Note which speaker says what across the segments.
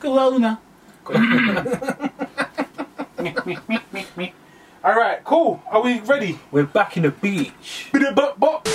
Speaker 1: Colonna.
Speaker 2: All right, cool. Are we ready?
Speaker 1: We're back in the beach.
Speaker 2: Bida bop bop.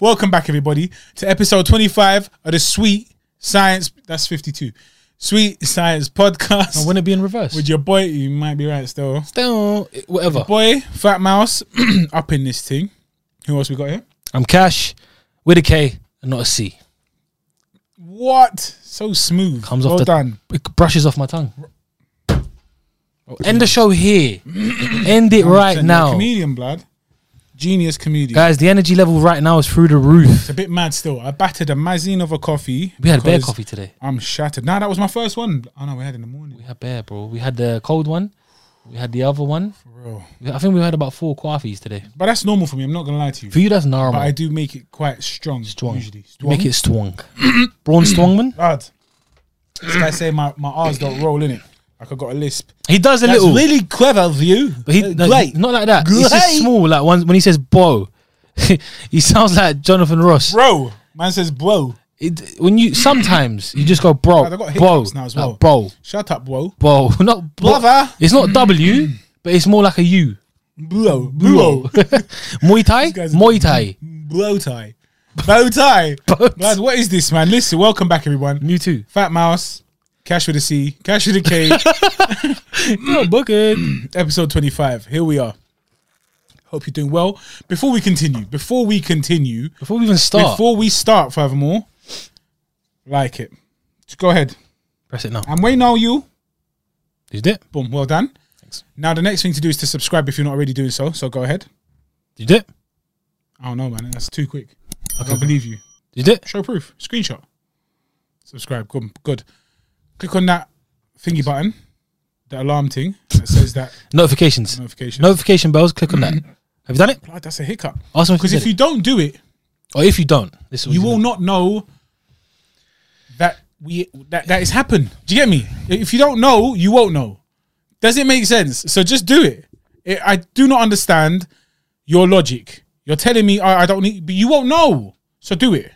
Speaker 2: Welcome back, everybody, to episode 25 of the Sweet Science. That's 52. Sweet Science Podcast.
Speaker 1: Wouldn't it be in reverse?
Speaker 2: With your boy, you might be right still.
Speaker 1: Still, whatever.
Speaker 2: Boy, Fat Mouse, up in this thing. Who else we got here?
Speaker 1: I'm Cash with a K and not a C.
Speaker 2: What? So smooth.
Speaker 1: Comes
Speaker 2: well
Speaker 1: off the
Speaker 2: done.
Speaker 1: It brushes off my tongue. End the show here. End it right
Speaker 2: You're a
Speaker 1: now,
Speaker 2: Comedian, blood. Genius comedian.
Speaker 1: guys. The energy level right now is through the roof.
Speaker 2: a bit mad still. I battered a mazine of a coffee.
Speaker 1: We had bear
Speaker 2: because
Speaker 1: coffee today.
Speaker 2: I'm shattered. Nah, that was my first one. Oh no, we had in the
Speaker 1: We
Speaker 2: morning.
Speaker 1: had bear, bro. We had the cold one. We had the other one.
Speaker 2: For real.
Speaker 1: We- I think we had about four coffees today.
Speaker 2: But that's normal for me. I'm not going to lie to you.
Speaker 1: For you, that's normal.
Speaker 2: But I do make it quite strong,
Speaker 1: Strong.
Speaker 2: usually.
Speaker 1: You Make it strong. Braun Strongman.
Speaker 2: Hard. This guy say my, my R's don't roll in it. Like I got a lisp.
Speaker 1: He does a
Speaker 2: That's
Speaker 1: little.
Speaker 2: really clever of you. Uh,
Speaker 1: But he no,
Speaker 2: Great.
Speaker 1: he- not like that. He's
Speaker 2: Great.
Speaker 1: just small. Like once when he says "bo," he sounds like Jonathan Ross.
Speaker 2: bro. Man says bro.
Speaker 1: It, when you sometimes you just go bro,
Speaker 2: I've got
Speaker 1: bro,
Speaker 2: hiccups now as
Speaker 1: like,
Speaker 2: well.
Speaker 1: bro,
Speaker 2: Shut up, bro.
Speaker 1: bro, not bro.
Speaker 2: Brother.
Speaker 1: It's not W, but it's more like a U.
Speaker 2: Bro, bro,
Speaker 1: Muay Thai,
Speaker 2: guy's-
Speaker 1: Muay Thai.
Speaker 2: blow tie, bow tie.
Speaker 1: Bow tie.
Speaker 2: Lad, what is this, man? Listen, welcome back, everyone.
Speaker 1: Me too.
Speaker 2: Fat Mouse, Cash with a C, Cash with a K,
Speaker 1: Yeah, book it.
Speaker 2: episode twenty-five. Here we are. Hope you're doing well. Before we continue, before we continue,
Speaker 1: Before we even start,
Speaker 2: before we start, furthermore, like it. Just go ahead.
Speaker 1: press it now.
Speaker 2: I'm waiting on you.
Speaker 1: Did you do it?
Speaker 2: Boom. Well done.
Speaker 1: Thanks.
Speaker 2: Now the next thing to do is to subscribe if you're not already doing so. So go ahead.
Speaker 1: Did you do it?
Speaker 2: I don't know, man. That's too quick. I don't believe you.
Speaker 1: Did you do it?
Speaker 2: Show proof. Screenshot. Subscribe. Good. Good. Click on that thingy button, the alarm thing that says that
Speaker 1: Notifications,
Speaker 2: notification.
Speaker 1: notification bells. Click on that. Have you done it?
Speaker 2: Blood, that's a hiccup.
Speaker 1: Ask them
Speaker 2: Because if you don't do it,
Speaker 1: or if you don't, this is what
Speaker 2: you
Speaker 1: do.
Speaker 2: will not know that we that that has happened. Do you get me? If you don't know, you won't know. Does it make sense? So just do it. it I do not understand your logic. You're telling me I, I don't need, but you won't know. So do it.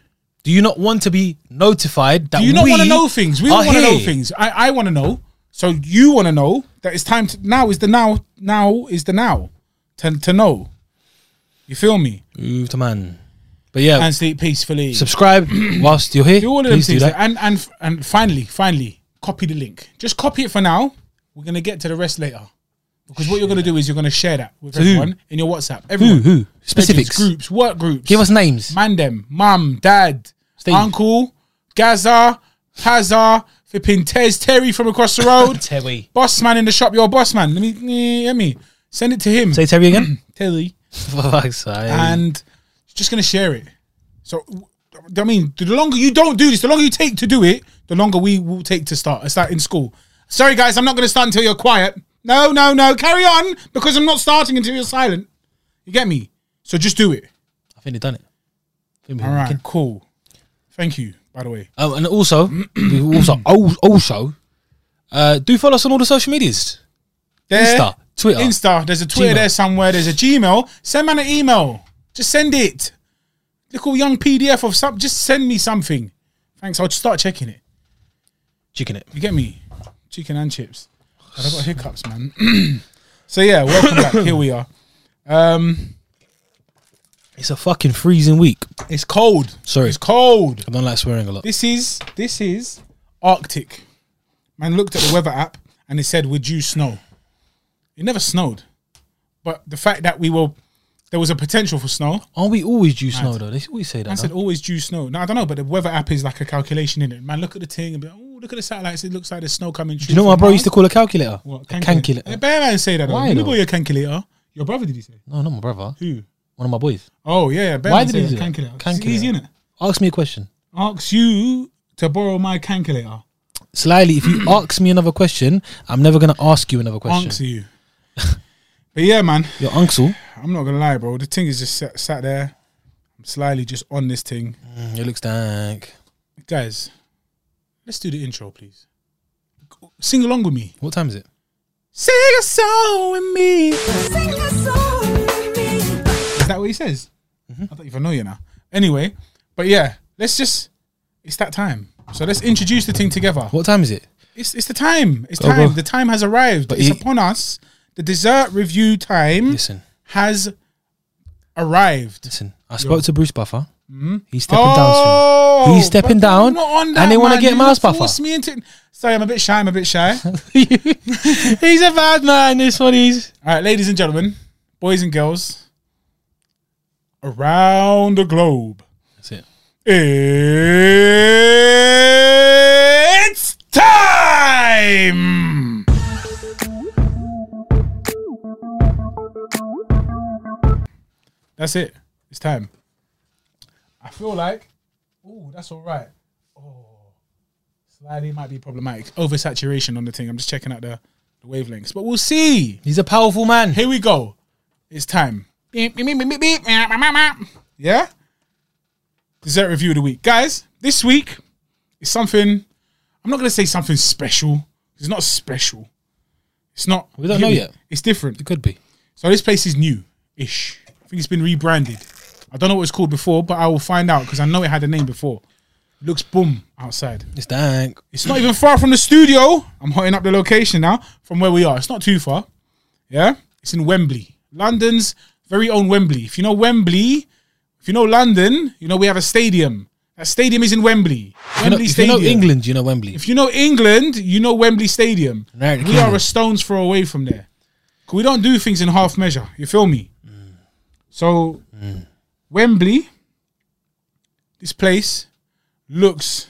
Speaker 1: Do you not want to be notified that
Speaker 2: Do you not
Speaker 1: we
Speaker 2: want to know things? We
Speaker 1: are
Speaker 2: want to know
Speaker 1: here?
Speaker 2: things. I, I want to know. So you want to know that it's time to now is the now now is the now to to know. You feel me?
Speaker 1: Move to man. But yeah,
Speaker 2: And sleep peacefully.
Speaker 1: subscribe whilst you're here.
Speaker 2: do all of them
Speaker 1: Please do
Speaker 2: things, eh?
Speaker 1: that.
Speaker 2: and and and finally, finally, copy the link. Just copy it for now. We're gonna get to the rest later, because what you're gonna do is you're gonna share that with
Speaker 1: who?
Speaker 2: everyone in your WhatsApp. Everyone,
Speaker 1: who?
Speaker 2: Legends,
Speaker 1: Specifics.
Speaker 2: groups, work groups.
Speaker 1: Give us names.
Speaker 2: man them, mum, dad,
Speaker 1: Steve.
Speaker 2: uncle, Gaza, Hazar, flipping Tez, Terry from across the road,
Speaker 1: Terry.
Speaker 2: boss man in the shop, your boss man. Let me, eh, let me send it to him,
Speaker 1: Say Terry again.
Speaker 2: Terry,
Speaker 1: Fuck's sake.
Speaker 2: and just gonna share it. So w- I mean, the longer you don't do this, the longer you take to do it, the longer we will take to start. It's like in school. Sorry, guys, I'm not gonna start until you're quiet. No, no, no, carry on because I'm not starting until you're silent. You get me? So just do it.
Speaker 1: I think they've done it. I think we've
Speaker 2: All
Speaker 1: done it.
Speaker 2: right, cool. Thank you, by the way.
Speaker 1: Um, and also, we also, al- also, uh, do follow us on all the social medias.
Speaker 2: There,
Speaker 1: Insta, Twitter.
Speaker 2: Insta. There's a Twitter
Speaker 1: Gmail.
Speaker 2: there somewhere. There's a Gmail. Send man an email. Just send it. Little young PDF of some. Just send me something. Thanks. I'll start checking it.
Speaker 1: Chicken it.
Speaker 2: You get me? Chicken and chips. God, I've got hiccups, man. so yeah, welcome back. Here we are. Um,
Speaker 1: It's a fucking freezing week.
Speaker 2: it's cold.
Speaker 1: Sorry.
Speaker 2: It's cold.
Speaker 1: I don't like swearing a lot.
Speaker 2: This is this is Arctic. Man looked at the weather app and it said we're due snow. It never snowed. But the fact that we were there was a potential for snow.
Speaker 1: Aren't we always due snow though? They always say
Speaker 2: I
Speaker 1: that.
Speaker 2: said
Speaker 1: no?
Speaker 2: always due snow. Now I don't know, but the weather app is like a calculation in it. Man, look at the thing and be like, oh, look at the satellites. It looks like there's snow coming through.
Speaker 1: You know what my
Speaker 2: from
Speaker 1: bro
Speaker 2: Mars."
Speaker 1: used to call a calculator?
Speaker 2: What,
Speaker 1: A calculator.
Speaker 2: Yeah, bear man say that.
Speaker 1: Why
Speaker 2: Why? You
Speaker 1: though?
Speaker 2: call your calculator. Your brother did he say?
Speaker 1: No, not my brother.
Speaker 2: Who?
Speaker 1: One of my boys.
Speaker 2: Oh yeah, yeah. bear
Speaker 1: Why
Speaker 2: man
Speaker 1: did
Speaker 2: say
Speaker 1: he do
Speaker 2: that?
Speaker 1: that?
Speaker 2: Calculator. It's
Speaker 1: Calculator.
Speaker 2: easy, innit?
Speaker 1: Ask me a question.
Speaker 2: Asks you to borrow my calculator.
Speaker 1: Slyly, if you ask me another question, I'm never gonna ask you another question.
Speaker 2: Answer you. but yeah, man,
Speaker 1: Your uncle.
Speaker 2: I'm not gonna lie, bro. The thing is just sat, sat there. I'm slyly just on this thing,
Speaker 1: Mm, it looks dank.
Speaker 2: guys. Let's do the intro, please. Sing along with me.
Speaker 1: What time is it?
Speaker 2: Sing a song with me. Is that what he says? I don't even know you now. Anyway, but yeah, let's just. It's that time. So let's introduce the thing together.
Speaker 1: What time is it?
Speaker 2: It's, it's the time. It's
Speaker 1: Go,
Speaker 2: time.
Speaker 1: go.
Speaker 2: The time has arrived.
Speaker 1: But
Speaker 2: it's
Speaker 1: he-
Speaker 2: upon us. The dessert review time
Speaker 1: Hmm? Listen,
Speaker 2: has arrived.
Speaker 1: listen. I spoke to Bruce Buffer. He's stepping
Speaker 2: Hmm? Oh,
Speaker 1: He's stepping
Speaker 2: but you're
Speaker 1: down,
Speaker 2: not on
Speaker 1: and
Speaker 2: that,
Speaker 1: they wanna
Speaker 2: man.
Speaker 1: get
Speaker 2: You
Speaker 1: Miles
Speaker 2: forced
Speaker 1: Buffer.
Speaker 2: me into- Sorry, I'm a bit shy. I'm a bit shy. All
Speaker 1: down soon. He's a bad man. This one is.
Speaker 2: right, ladies and gentlemen, boys and girls, around the globe,
Speaker 1: That's it.
Speaker 2: it's time. That's it. It's time. I feel like, oh, that's all right. Oh, slightly might be problematic. Oversaturation on the thing. I'm just checking out the, the wavelengths, but we'll see.
Speaker 1: He's a powerful man.
Speaker 2: Here we go. It's time. Beep, beep, beep, beep, beep, beep, meow, meow, meow, meow. Yeah? Dessert review of the week. Guys, this week is something, I'm not going to say something special. It's not special. It's not.
Speaker 1: We don't know yet.
Speaker 2: It's different.
Speaker 1: It could be.
Speaker 2: So this place is new ish. I think it's been rebranded. I don't know what it's called before, but I will find out because I know it had a name before. looks boom outside.
Speaker 1: It's dank.
Speaker 2: It's not even far from the studio. I'm hotting up the location now from where we are. It's not too far. Yeah. It's in Wembley, London's very own Wembley. If you know Wembley, if you know London, you know we have a stadium. That stadium is in Wembley.
Speaker 1: You know,
Speaker 2: Wembley
Speaker 1: if you
Speaker 2: Stadium.
Speaker 1: know England, you know Wembley.
Speaker 2: If you know England, you know Wembley Stadium.
Speaker 1: Right,
Speaker 2: we
Speaker 1: Kingdom.
Speaker 2: are a stone's throw away from there. 'Cause We don't do things in half measure. You feel me? So, Wembley, this place looks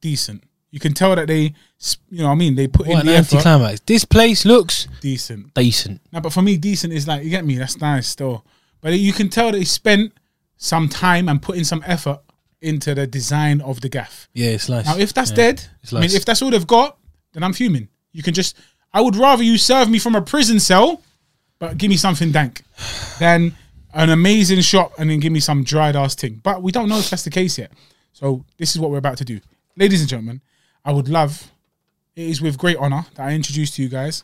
Speaker 2: decent. You can tell that they, s- you know, what I mean, they put
Speaker 1: What
Speaker 2: in
Speaker 1: an
Speaker 2: the effort.
Speaker 1: anticlimax. This place looks
Speaker 2: Decent.
Speaker 1: decent.
Speaker 2: Now, but for me, decent is like you get me. That's nice still. But you can tell they spent some time and put in some effort into the design of the gaff.
Speaker 1: Yeah, it's nice.
Speaker 2: Now, if that's
Speaker 1: Yeah.
Speaker 2: dead,
Speaker 1: It's
Speaker 2: I mean,
Speaker 1: nice.
Speaker 2: if that's all they've got, then I'm fuming. You can just, I would rather you serve me from a prison cell, but give me something dank, than an amazing shop and then give me some dried ass thing. But we don't know if that's the case yet. So this is what we're about to do, ladies and gentlemen. I would love. It is with great honor that I introduce to you guys,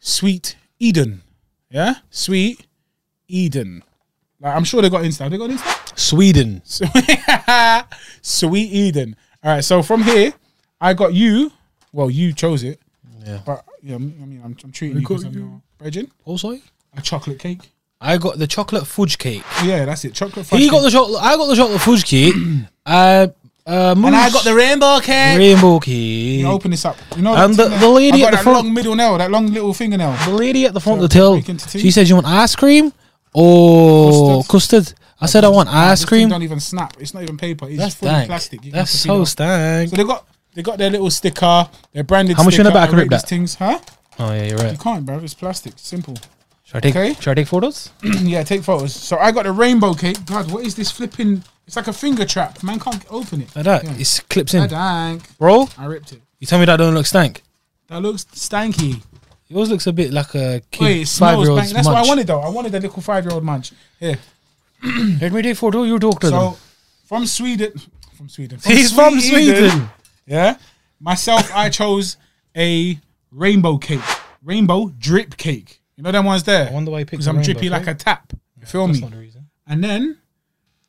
Speaker 2: Sweet Eden. Yeah, Sweet Eden. Like, I'm sure they got Insta. Have They got Insta.
Speaker 1: Sweden.
Speaker 2: Sweet Eden. All right, so from here, I got you. Well, you chose it,
Speaker 1: Yeah.
Speaker 2: but yeah, I mean, I'm, I'm treating you
Speaker 1: got
Speaker 2: because I'm
Speaker 1: you.
Speaker 2: your virgin.
Speaker 1: Also,
Speaker 2: A chocolate cake.
Speaker 1: I got the chocolate fudge cake.
Speaker 2: Yeah, that's it. Chocolate. Fudge
Speaker 1: He
Speaker 2: cake.
Speaker 1: got the chocolate. I got the chocolate fudge cake. uh, uh,
Speaker 2: and I got the rainbow cake.
Speaker 1: rainbow cake.
Speaker 2: You open this up. You know,
Speaker 1: And
Speaker 2: that
Speaker 1: the-
Speaker 2: thing
Speaker 1: the
Speaker 2: there?
Speaker 1: lady
Speaker 2: I've got
Speaker 1: at the
Speaker 2: that
Speaker 1: front-
Speaker 2: long middle nail, that long little fingernail.
Speaker 1: the lady at the front
Speaker 2: So,
Speaker 1: of the till,
Speaker 2: break into two.
Speaker 1: she said, "You want ice cream or custard?" I said, "I want ice
Speaker 2: This thing
Speaker 1: cream."
Speaker 2: Don't even snap. It's not even paper. It's
Speaker 1: That's
Speaker 2: just fully
Speaker 1: dank.
Speaker 2: plastic. You can
Speaker 1: That's
Speaker 2: pick it
Speaker 1: so
Speaker 2: up.
Speaker 1: stank.
Speaker 2: So they got they got their little sticker, their branded.
Speaker 1: How much you
Speaker 2: sticker.
Speaker 1: in the back? I can
Speaker 2: rate
Speaker 1: rip
Speaker 2: these
Speaker 1: that.
Speaker 2: Things, huh?
Speaker 1: Oh yeah, you're right.
Speaker 2: You can't, bro. It's plastic. Simple.
Speaker 1: Should I take?
Speaker 2: Okay.
Speaker 1: Should I take photos?
Speaker 2: Yeah, take photos. So I got the rainbow cake. God, what is this flipping? It's like a finger trap. Man can't open it.
Speaker 1: Like that. It's clips in,
Speaker 2: Dang.
Speaker 1: bro.
Speaker 2: I ripped it.
Speaker 1: You tell me that don't look stank.
Speaker 2: That looks stanky.
Speaker 1: Yours looks a bit like a kid
Speaker 2: Wait, it
Speaker 1: five
Speaker 2: smells
Speaker 1: year old.
Speaker 2: bang. That's what I wanted though. I wanted a little five year old munch. Here.
Speaker 1: Let me take photo. You talk to
Speaker 2: So from Sweden. From Sweden.
Speaker 1: them. He's from Sweden.
Speaker 2: Yeah. Myself, I chose a rainbow cake. Rainbow drip cake. You know them ones there?
Speaker 1: I wonder why he picked
Speaker 2: Because
Speaker 1: the
Speaker 2: I'm
Speaker 1: rainbow
Speaker 2: drippy like a
Speaker 1: cake.
Speaker 2: tap. You feel me?
Speaker 1: reason.
Speaker 2: And then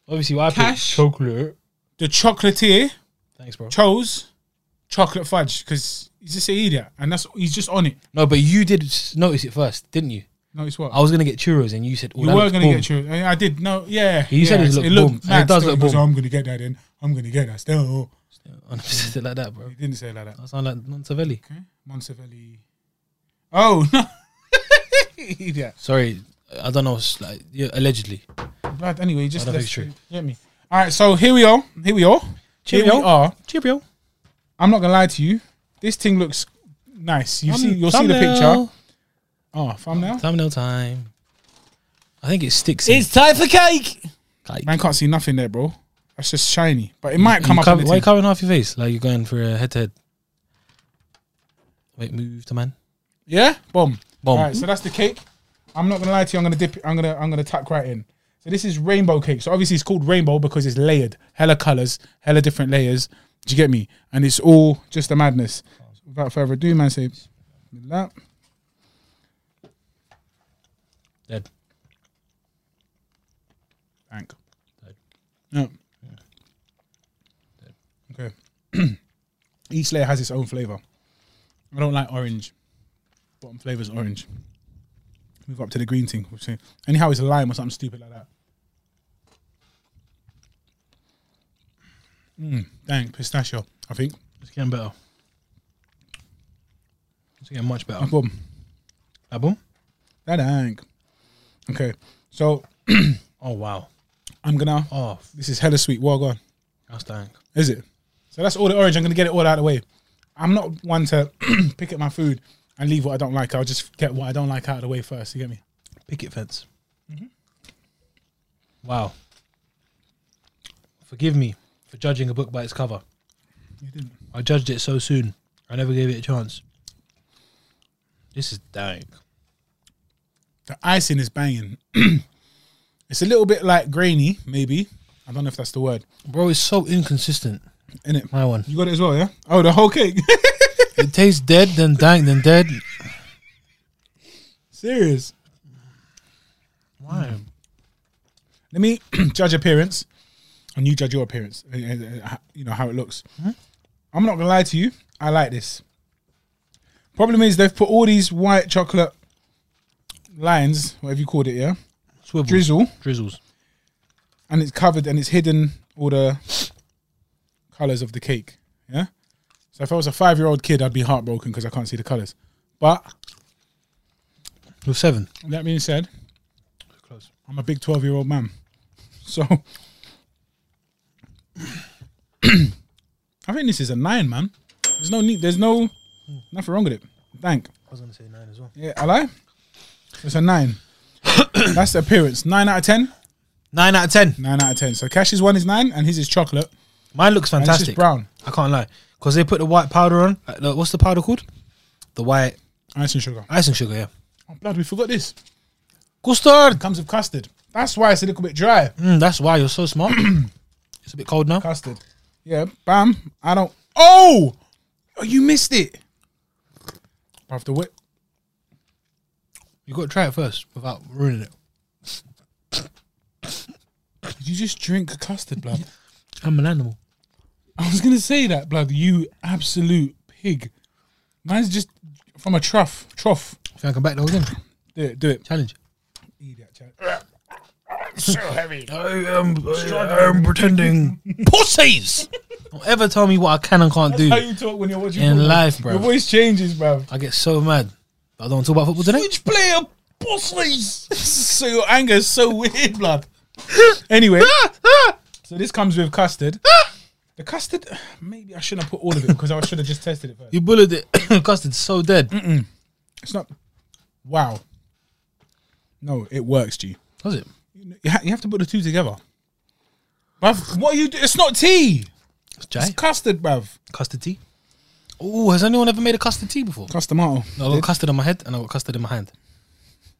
Speaker 1: Obviously, why I
Speaker 2: Cash.
Speaker 1: chocolate.
Speaker 2: the chocolatier.
Speaker 1: Thanks, bro.
Speaker 2: chose chocolate fudge because he's just an idiot and that's he's just on it.
Speaker 1: No, but you did s- notice it first, didn't you?
Speaker 2: Notice what?
Speaker 1: I was gonna get churros, and you said oh,
Speaker 2: you
Speaker 1: that
Speaker 2: were
Speaker 1: looks
Speaker 2: gonna
Speaker 1: bomb.
Speaker 2: get you. I I did. No, yeah.
Speaker 1: You
Speaker 2: yeah,
Speaker 1: said it
Speaker 2: it's-
Speaker 1: looked boom, and
Speaker 2: mad
Speaker 1: it does
Speaker 2: still.
Speaker 1: look
Speaker 2: He goes,
Speaker 1: boom.
Speaker 2: "Oh, I'm gonna get that. Then I'm gonna get that. Still,
Speaker 1: Said like that, bro.
Speaker 2: he didn't say it like that.
Speaker 1: I sound like Montevelli.
Speaker 2: Okay, Montevelli. Oh no, idiot.
Speaker 1: Sorry, I don't know. it's Like yeah, allegedly,
Speaker 2: Blood. Anyway, just
Speaker 1: I don't
Speaker 2: let's,
Speaker 1: think it's
Speaker 2: get me. All right, so here we are. Here we are. Here we
Speaker 1: Cheerio.
Speaker 2: are.
Speaker 1: cheerio.
Speaker 2: I'm not gonna lie to you. This thing looks nice. You see, you'll see the picture.
Speaker 1: Thumbnail.
Speaker 2: Oh, thumbnail.
Speaker 1: Thumbnail time. I think it sticks. in.
Speaker 3: It's time for cake.
Speaker 1: Like,
Speaker 2: Man can't see nothing there, bro. That's just shiny, but it might come
Speaker 1: you
Speaker 2: up.
Speaker 1: cover-
Speaker 2: in the
Speaker 1: why you
Speaker 2: thing.
Speaker 1: covering half your face? Like you're going for a head to head. Wait, move the man.
Speaker 2: Yeah, bomb.
Speaker 1: Bomb.
Speaker 2: All right, so that's the cake. I'm not gonna lie to you. I'm gonna dip. I'm gonna. I'm gonna tuck right in. So this is rainbow cake. So obviously it's called rainbow because it's layered, hella colors, hella different layers. Do you get me? And it's all just a madness. Without further ado, man, say that.
Speaker 4: Dead.
Speaker 2: Bank.
Speaker 4: Dead.
Speaker 2: No. Okay. Each layer has its own flavor. I don't like orange. Bottom flavor's orange. Move up to the green thing. we'll see. Anyhow, it's lime or something stupid like that. Mm, dang, pistachio, I think.
Speaker 1: It's getting better. It's getting much better.
Speaker 2: Ah, Boom.
Speaker 1: Apple?
Speaker 2: That dang. Okay, so
Speaker 1: Oh wow.
Speaker 2: I'm gonna.
Speaker 1: Oh, f-
Speaker 2: This is hella sweet. Well gone.
Speaker 1: that's dank.
Speaker 2: Is it? So that's all the orange. I'm gonna get it all out of the way. I'm not one to pick at my food and leave what I don't like. I'll just get what I don't like out of the way first. You get me?
Speaker 1: Picket fence. Mm-hmm. Wow. Forgive me for judging a book by its cover.
Speaker 2: You didn't.
Speaker 1: I judged it so soon. I never gave it a chance. This is dank.
Speaker 2: The icing is banging. it's a little bit like grainy, maybe. I don't know if that's the word.
Speaker 1: Bro, it's so inconsistent.
Speaker 2: In it,
Speaker 1: My one.
Speaker 2: you got it as well, yeah. Oh, the whole cake.
Speaker 4: It tastes dead, then dank, then dead.
Speaker 2: Serious.
Speaker 1: Why?
Speaker 2: Let me judge appearance, and you judge your appearance. and- and- and h- You know how it looks. I'm not gonna lie to you. I like this. Problem is they've put all these white chocolate lines, whatever you called it, yeah,
Speaker 1: Swivels.
Speaker 2: drizzle,
Speaker 1: Drizzles.
Speaker 2: and it's covered and it's hidden all the colors of the cake. Yeah. So if I was a five-year-old kid, I'd be heartbroken because I can't see the colors. But
Speaker 1: With seven.
Speaker 2: that being said,
Speaker 1: Close.
Speaker 2: I'm a big 12 year old man. So I think this is a nine, man. There's no need, there's no nothing wrong with it. Thank.
Speaker 1: I was gonna say nine as well.
Speaker 2: Yeah, I lie. It's a nine. That's the appearance. Nine out of ten.
Speaker 1: Nine out of ten.
Speaker 2: Nine out of ten. So Cash's one is nine and his is chocolate.
Speaker 1: Mine looks
Speaker 2: And it's
Speaker 1: fantastic.
Speaker 2: just brown.
Speaker 1: I can't lie. Because they put the white powder on. Uh, the- what's the powder called? The white
Speaker 2: Icing sugar.
Speaker 1: icing sugar, yeah.
Speaker 2: Oh blood, we forgot this.
Speaker 1: Custard.
Speaker 2: Comes with custard. That's why it's a little bit dry.
Speaker 1: Mm, that's why you're so smart. it's a bit cold now.
Speaker 2: Custard. Yeah, bam. I don't Oh! Oh, you missed it. After whip.
Speaker 1: You got to try it first without ruining it.
Speaker 2: Did you just drink custard, blood?
Speaker 1: I'm an animal.
Speaker 2: I was gonna say that, blood. You absolute pig. Mine's just from a trough. Trough.
Speaker 1: Think I can back the whole thing?
Speaker 2: Do it. Do it.
Speaker 1: Challenge.
Speaker 2: so heavy.
Speaker 1: I am, I am pretending. Pussies! Don't ever tell me what I can and can't
Speaker 2: How
Speaker 1: do
Speaker 2: you talk when you're watching
Speaker 1: in
Speaker 2: football.
Speaker 1: life,
Speaker 2: Your
Speaker 1: bro.
Speaker 2: voice changes, bro.
Speaker 1: I get so mad. I don't want to talk about football today.
Speaker 2: Which player pussies? so your anger is so weird, blood. Anyway, so this comes with custard. The custard, maybe I shouldn't have put all of it because I should have just tested it first.
Speaker 1: You bullied it. Custard's so dead.
Speaker 2: It's not. Wow. No, it works, G.
Speaker 1: Does it?
Speaker 2: You, ha- you have to put the two together. Bruv, what are you do? It's not tea. It's
Speaker 1: It's jai.
Speaker 2: custard, bruv.
Speaker 1: Custard tea. Oh, has anyone ever made a custard tea before?
Speaker 2: Custard tomato.
Speaker 1: No, I got custard on my head and I got custard in my hand.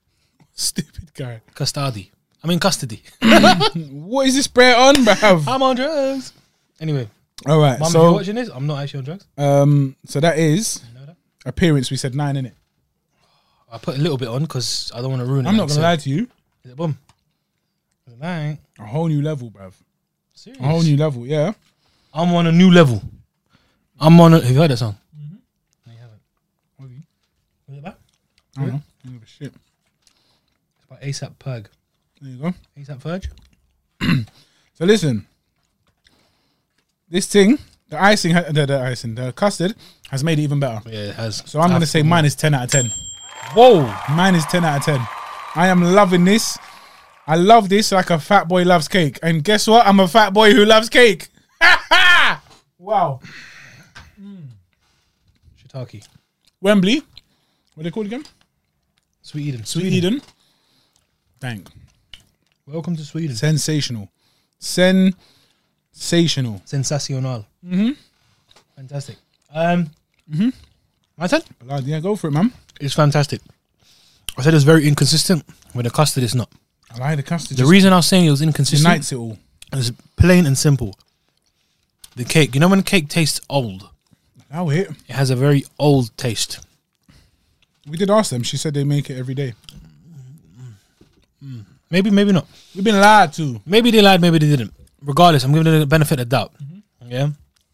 Speaker 2: Stupid guy.
Speaker 1: Custardy. I mean custody.
Speaker 2: What is this bread on, bruv?
Speaker 1: I'm on drugs. Anyway,
Speaker 2: All right.
Speaker 1: mum, if you're
Speaker 2: so,
Speaker 1: watching this, I'm not actually on drugs.
Speaker 2: um, so that is
Speaker 1: You know that?
Speaker 2: appearance. We said nine in it.
Speaker 1: I put a little bit on because I don't want to ruin it.
Speaker 2: I'm not
Speaker 1: like I
Speaker 2: gonna
Speaker 1: said.
Speaker 2: lie to you.
Speaker 1: Is it bomb? Is it lying?
Speaker 2: A whole new level, bruv.
Speaker 1: Serious.
Speaker 2: A whole new level. Yeah.
Speaker 1: I'm on a new level. I'm on a. Have you heard that song?
Speaker 2: Mm-hmm.
Speaker 1: No, you haven't. Was it back?
Speaker 2: I don't know. I don't give a Shit.
Speaker 1: It's by ASAP Perg.
Speaker 2: There you go.
Speaker 1: ASAP Verge?
Speaker 2: So listen, this thing, the icing, ha- the, the icing, the custard has made it even better.
Speaker 1: Yeah, it has.
Speaker 2: So I'm gonna say mine is ten out of ten.
Speaker 1: Whoa!
Speaker 2: Mine is 10 out of 10. I am loving this. I love this like a fat boy loves cake. And guess what? I'm a fat boy who loves cake. wow.
Speaker 1: Shiitake.
Speaker 2: Wembley. What are they called again?
Speaker 1: Sweet Eden.
Speaker 2: Sweet Eden. Thank.
Speaker 1: Welcome to Sweden.
Speaker 2: Sensational. Sensational.
Speaker 1: Sensational. Mm-hmm. Fantastic. Um, mm-hmm. My turn?
Speaker 2: Blood, yeah, go for it, man.
Speaker 1: It's fantastic. I said it's very inconsistent with the custard. It's not.
Speaker 2: I like the custard.
Speaker 1: The
Speaker 2: just
Speaker 1: reason I was saying it was inconsistent
Speaker 2: unites it all.
Speaker 1: is plain and simple. the cake. You know when cake tastes old,
Speaker 2: Now it.
Speaker 1: it has a very old taste.
Speaker 2: We did ask them. She said they make it every day.
Speaker 1: Maybe, maybe not.
Speaker 2: We've been lied to.
Speaker 1: Maybe they lied. Maybe they didn't. Regardless, I'm giving it the benefit of doubt. Yeah,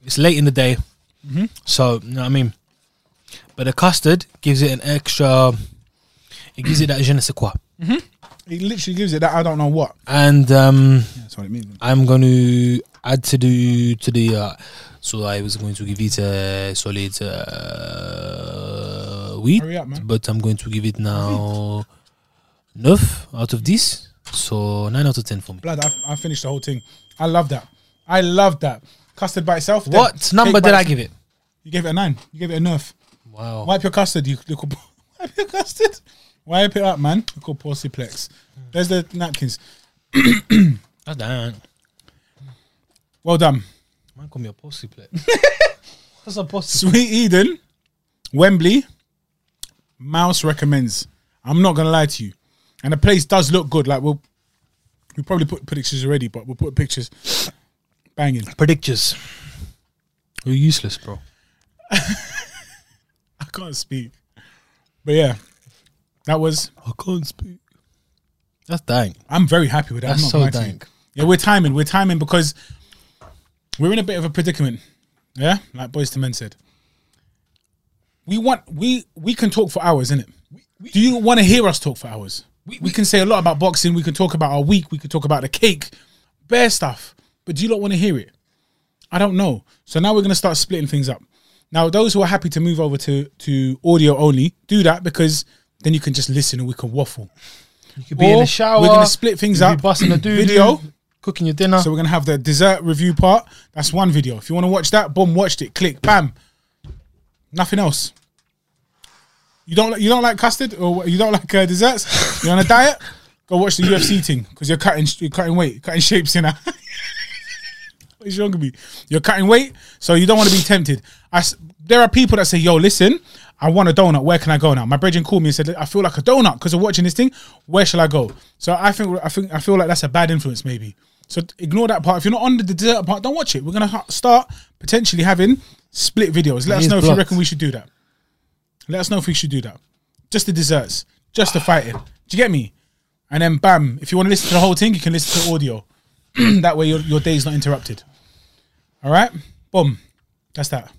Speaker 1: it's late in the day, so you know what I mean. But the custard gives it an extra. It gives it that je ne sais quoi,
Speaker 2: It literally gives it that I don't know what.
Speaker 1: and um,
Speaker 2: That's what it means.
Speaker 1: I'm going to add to the to the. Uh, so I was going to give it a solid uh, wheat,
Speaker 2: Hurry up, man.
Speaker 1: but I'm going to give it now neuf out of this. So nine out of ten for me.
Speaker 2: Blood, I, I finished the whole thing. I love that. I love that. Custard by itself. then
Speaker 1: What
Speaker 2: cake
Speaker 1: number
Speaker 2: by
Speaker 1: did I
Speaker 2: itself.
Speaker 1: give it?
Speaker 2: You gave it a nine. You gave it a nerf.
Speaker 1: Wow.
Speaker 2: Wipe your custard, you little. p- Wipe your custard. Wipe it up, man. Little porciplex. There's the napkins.
Speaker 1: That's that.
Speaker 2: Well done.
Speaker 1: Man, call me a pussy plate. What's a pussy?
Speaker 2: Sweet Eden, Wembley, Mouse recommends. I'm not gonna lie to you, and the place does look good. Like we'll we probably put pictures already, but we'll put pictures. Banging.
Speaker 1: Predictors. You're useless, bro.
Speaker 2: I can't speak, but yeah, that was.
Speaker 1: I can't speak. That's dying.
Speaker 2: I'm very happy with that.
Speaker 1: That's
Speaker 2: I'm
Speaker 1: so
Speaker 2: not so
Speaker 1: dank.
Speaker 2: Yeah, we're timing. We're timing because we're in a bit of a predicament. Yeah, like boys to men said. We want we we can talk for hours, innit? Do you want to hear us talk for hours? We, we can say a lot about boxing. We can talk about our week. We can talk about the cake, bare stuff. But do you not want to hear it? I don't know. So now we're going to start splitting things up. Now, those who are happy to move over to to audio only, do that because then you can just listen and we can waffle.
Speaker 1: You could be in
Speaker 2: Or
Speaker 1: the shower.
Speaker 2: we're gonna split things
Speaker 1: you could
Speaker 2: up.
Speaker 1: Be busting a doo
Speaker 2: Video.
Speaker 1: Cooking your dinner.
Speaker 2: So we're gonna have the dessert review part. That's one video. If you want to watch that, boom, watched it. Click, bam. Nothing else. You don't li- you don't like custard or what- you don't like uh, desserts. You're on a diet. Go watch the UFC thing because you're cutting you're cutting weight, cutting shapes in that. What's wrong with me? You're cutting weight, so you don't want to be tempted. I s there are people that say, "Yo, listen, I want a donut. Where can I go now?" My brethren called me and said, "I feel like a donut because of watching this thing. Where shall I go?" So I think I think I feel like that's a bad influence, maybe. So ignore that part. If you're not on the dessert part, don't watch it. We're gonna ha- start potentially having split videos. Let us
Speaker 1: is
Speaker 2: know if you
Speaker 1: blocked.
Speaker 2: reckon we should do that. Let us know if we should do that. Just the desserts, just the fighting. Do you get me? And then bam, if you want to listen to the whole thing, you can listen to audio. that way your, your day's not interrupted. All right? Boom. That's that.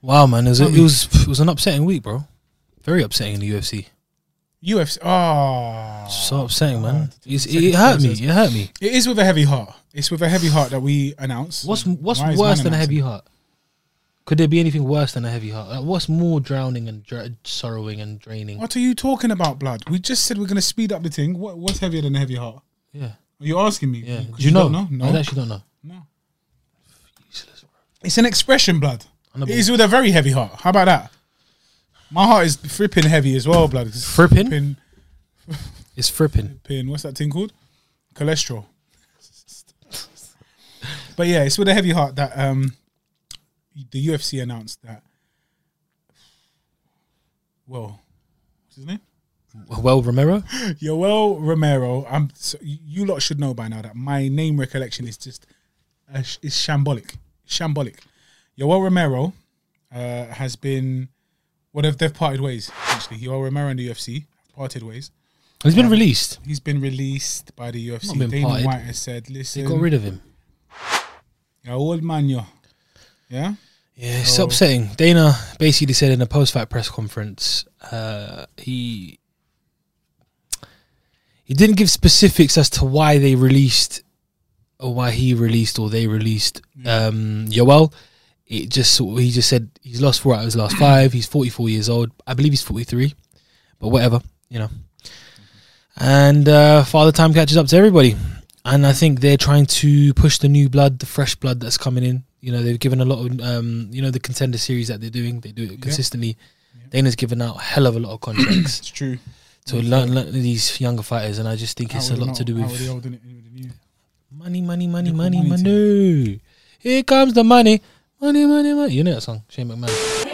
Speaker 1: wow, man. It was, it, was, it was an upsetting week, bro. Very upsetting in the UFC.
Speaker 2: UFC. Oh.
Speaker 1: So upsetting, man. It's, it hurt me. It hurt me.
Speaker 2: It is with a heavy heart. It's with a heavy heart that we announce.
Speaker 1: What's what's
Speaker 2: Why is
Speaker 1: worse
Speaker 2: man
Speaker 1: than a
Speaker 2: announcing?
Speaker 1: heavy heart? Could there be anything worse than a heavy heart? Like, what's more drowning and dra- sorrowing and draining?
Speaker 2: What are you talking about, blood? We just said we're going to speed up the thing. What, what's heavier than a heavy heart?
Speaker 1: Yeah,
Speaker 2: Are you asking me?
Speaker 1: yeah. Do
Speaker 2: 'Cause
Speaker 1: you, know? Oh,
Speaker 2: don't No.
Speaker 1: I actually don't know.
Speaker 2: No.
Speaker 1: Useless, bro.
Speaker 2: It's an expression, blood.
Speaker 1: I know,
Speaker 2: It
Speaker 1: but-
Speaker 2: is with a very heavy heart. How about that? My heart is fripping heavy as well, blood. It's
Speaker 1: Fripping?
Speaker 2: fripping-
Speaker 1: It's fripping.
Speaker 2: pin. What's that thing called? Cholesterol. but yeah, it's with a heavy heart that um, the UFC announced that. Well, what's his name?
Speaker 1: Well, Romero.
Speaker 2: Yoel Romero. I'm. So you lot should know by now that my name recollection is just uh, sh- is shambolic. Shambolic. Yoel Romero uh, has been. Well, they've, they've parted ways. Actually, Yoel Romero and the UFC parted ways.
Speaker 1: He's been released.
Speaker 2: He's been released by the UFC.
Speaker 1: Not been
Speaker 2: Dana
Speaker 1: parted.
Speaker 2: White has said,
Speaker 1: They
Speaker 2: "Listen,
Speaker 1: got rid of him.
Speaker 2: you're old man, you. Yeah,
Speaker 1: Yeah, it's upsetting. Dana basically said in a post-fight press conference, uh, he he didn't give specifics as to why they released or why he released or they released um, Yoel. It just sort of- he just said he's lost four out of his last five. He's forty-four years old. I believe he's forty-three, but whatever, you know. And uh, father time catches up to everybody. And I think they're trying to push the new blood, the fresh blood that's coming in. You know, they've given a lot of, um, you know, the contender series that they're doing. They do it consistently. Dana's given out a hell of a lot of contracts
Speaker 2: it's true.
Speaker 1: to learn, learn these younger fighters, and I just think it's a
Speaker 2: Out with
Speaker 1: lot to
Speaker 2: the
Speaker 1: do
Speaker 2: old- out the
Speaker 1: with
Speaker 2: old, innit? In with the new.
Speaker 1: money, money, money, money,
Speaker 2: money
Speaker 1: money. Here comes the money, money, money, money. You know that song, Shane McMahon.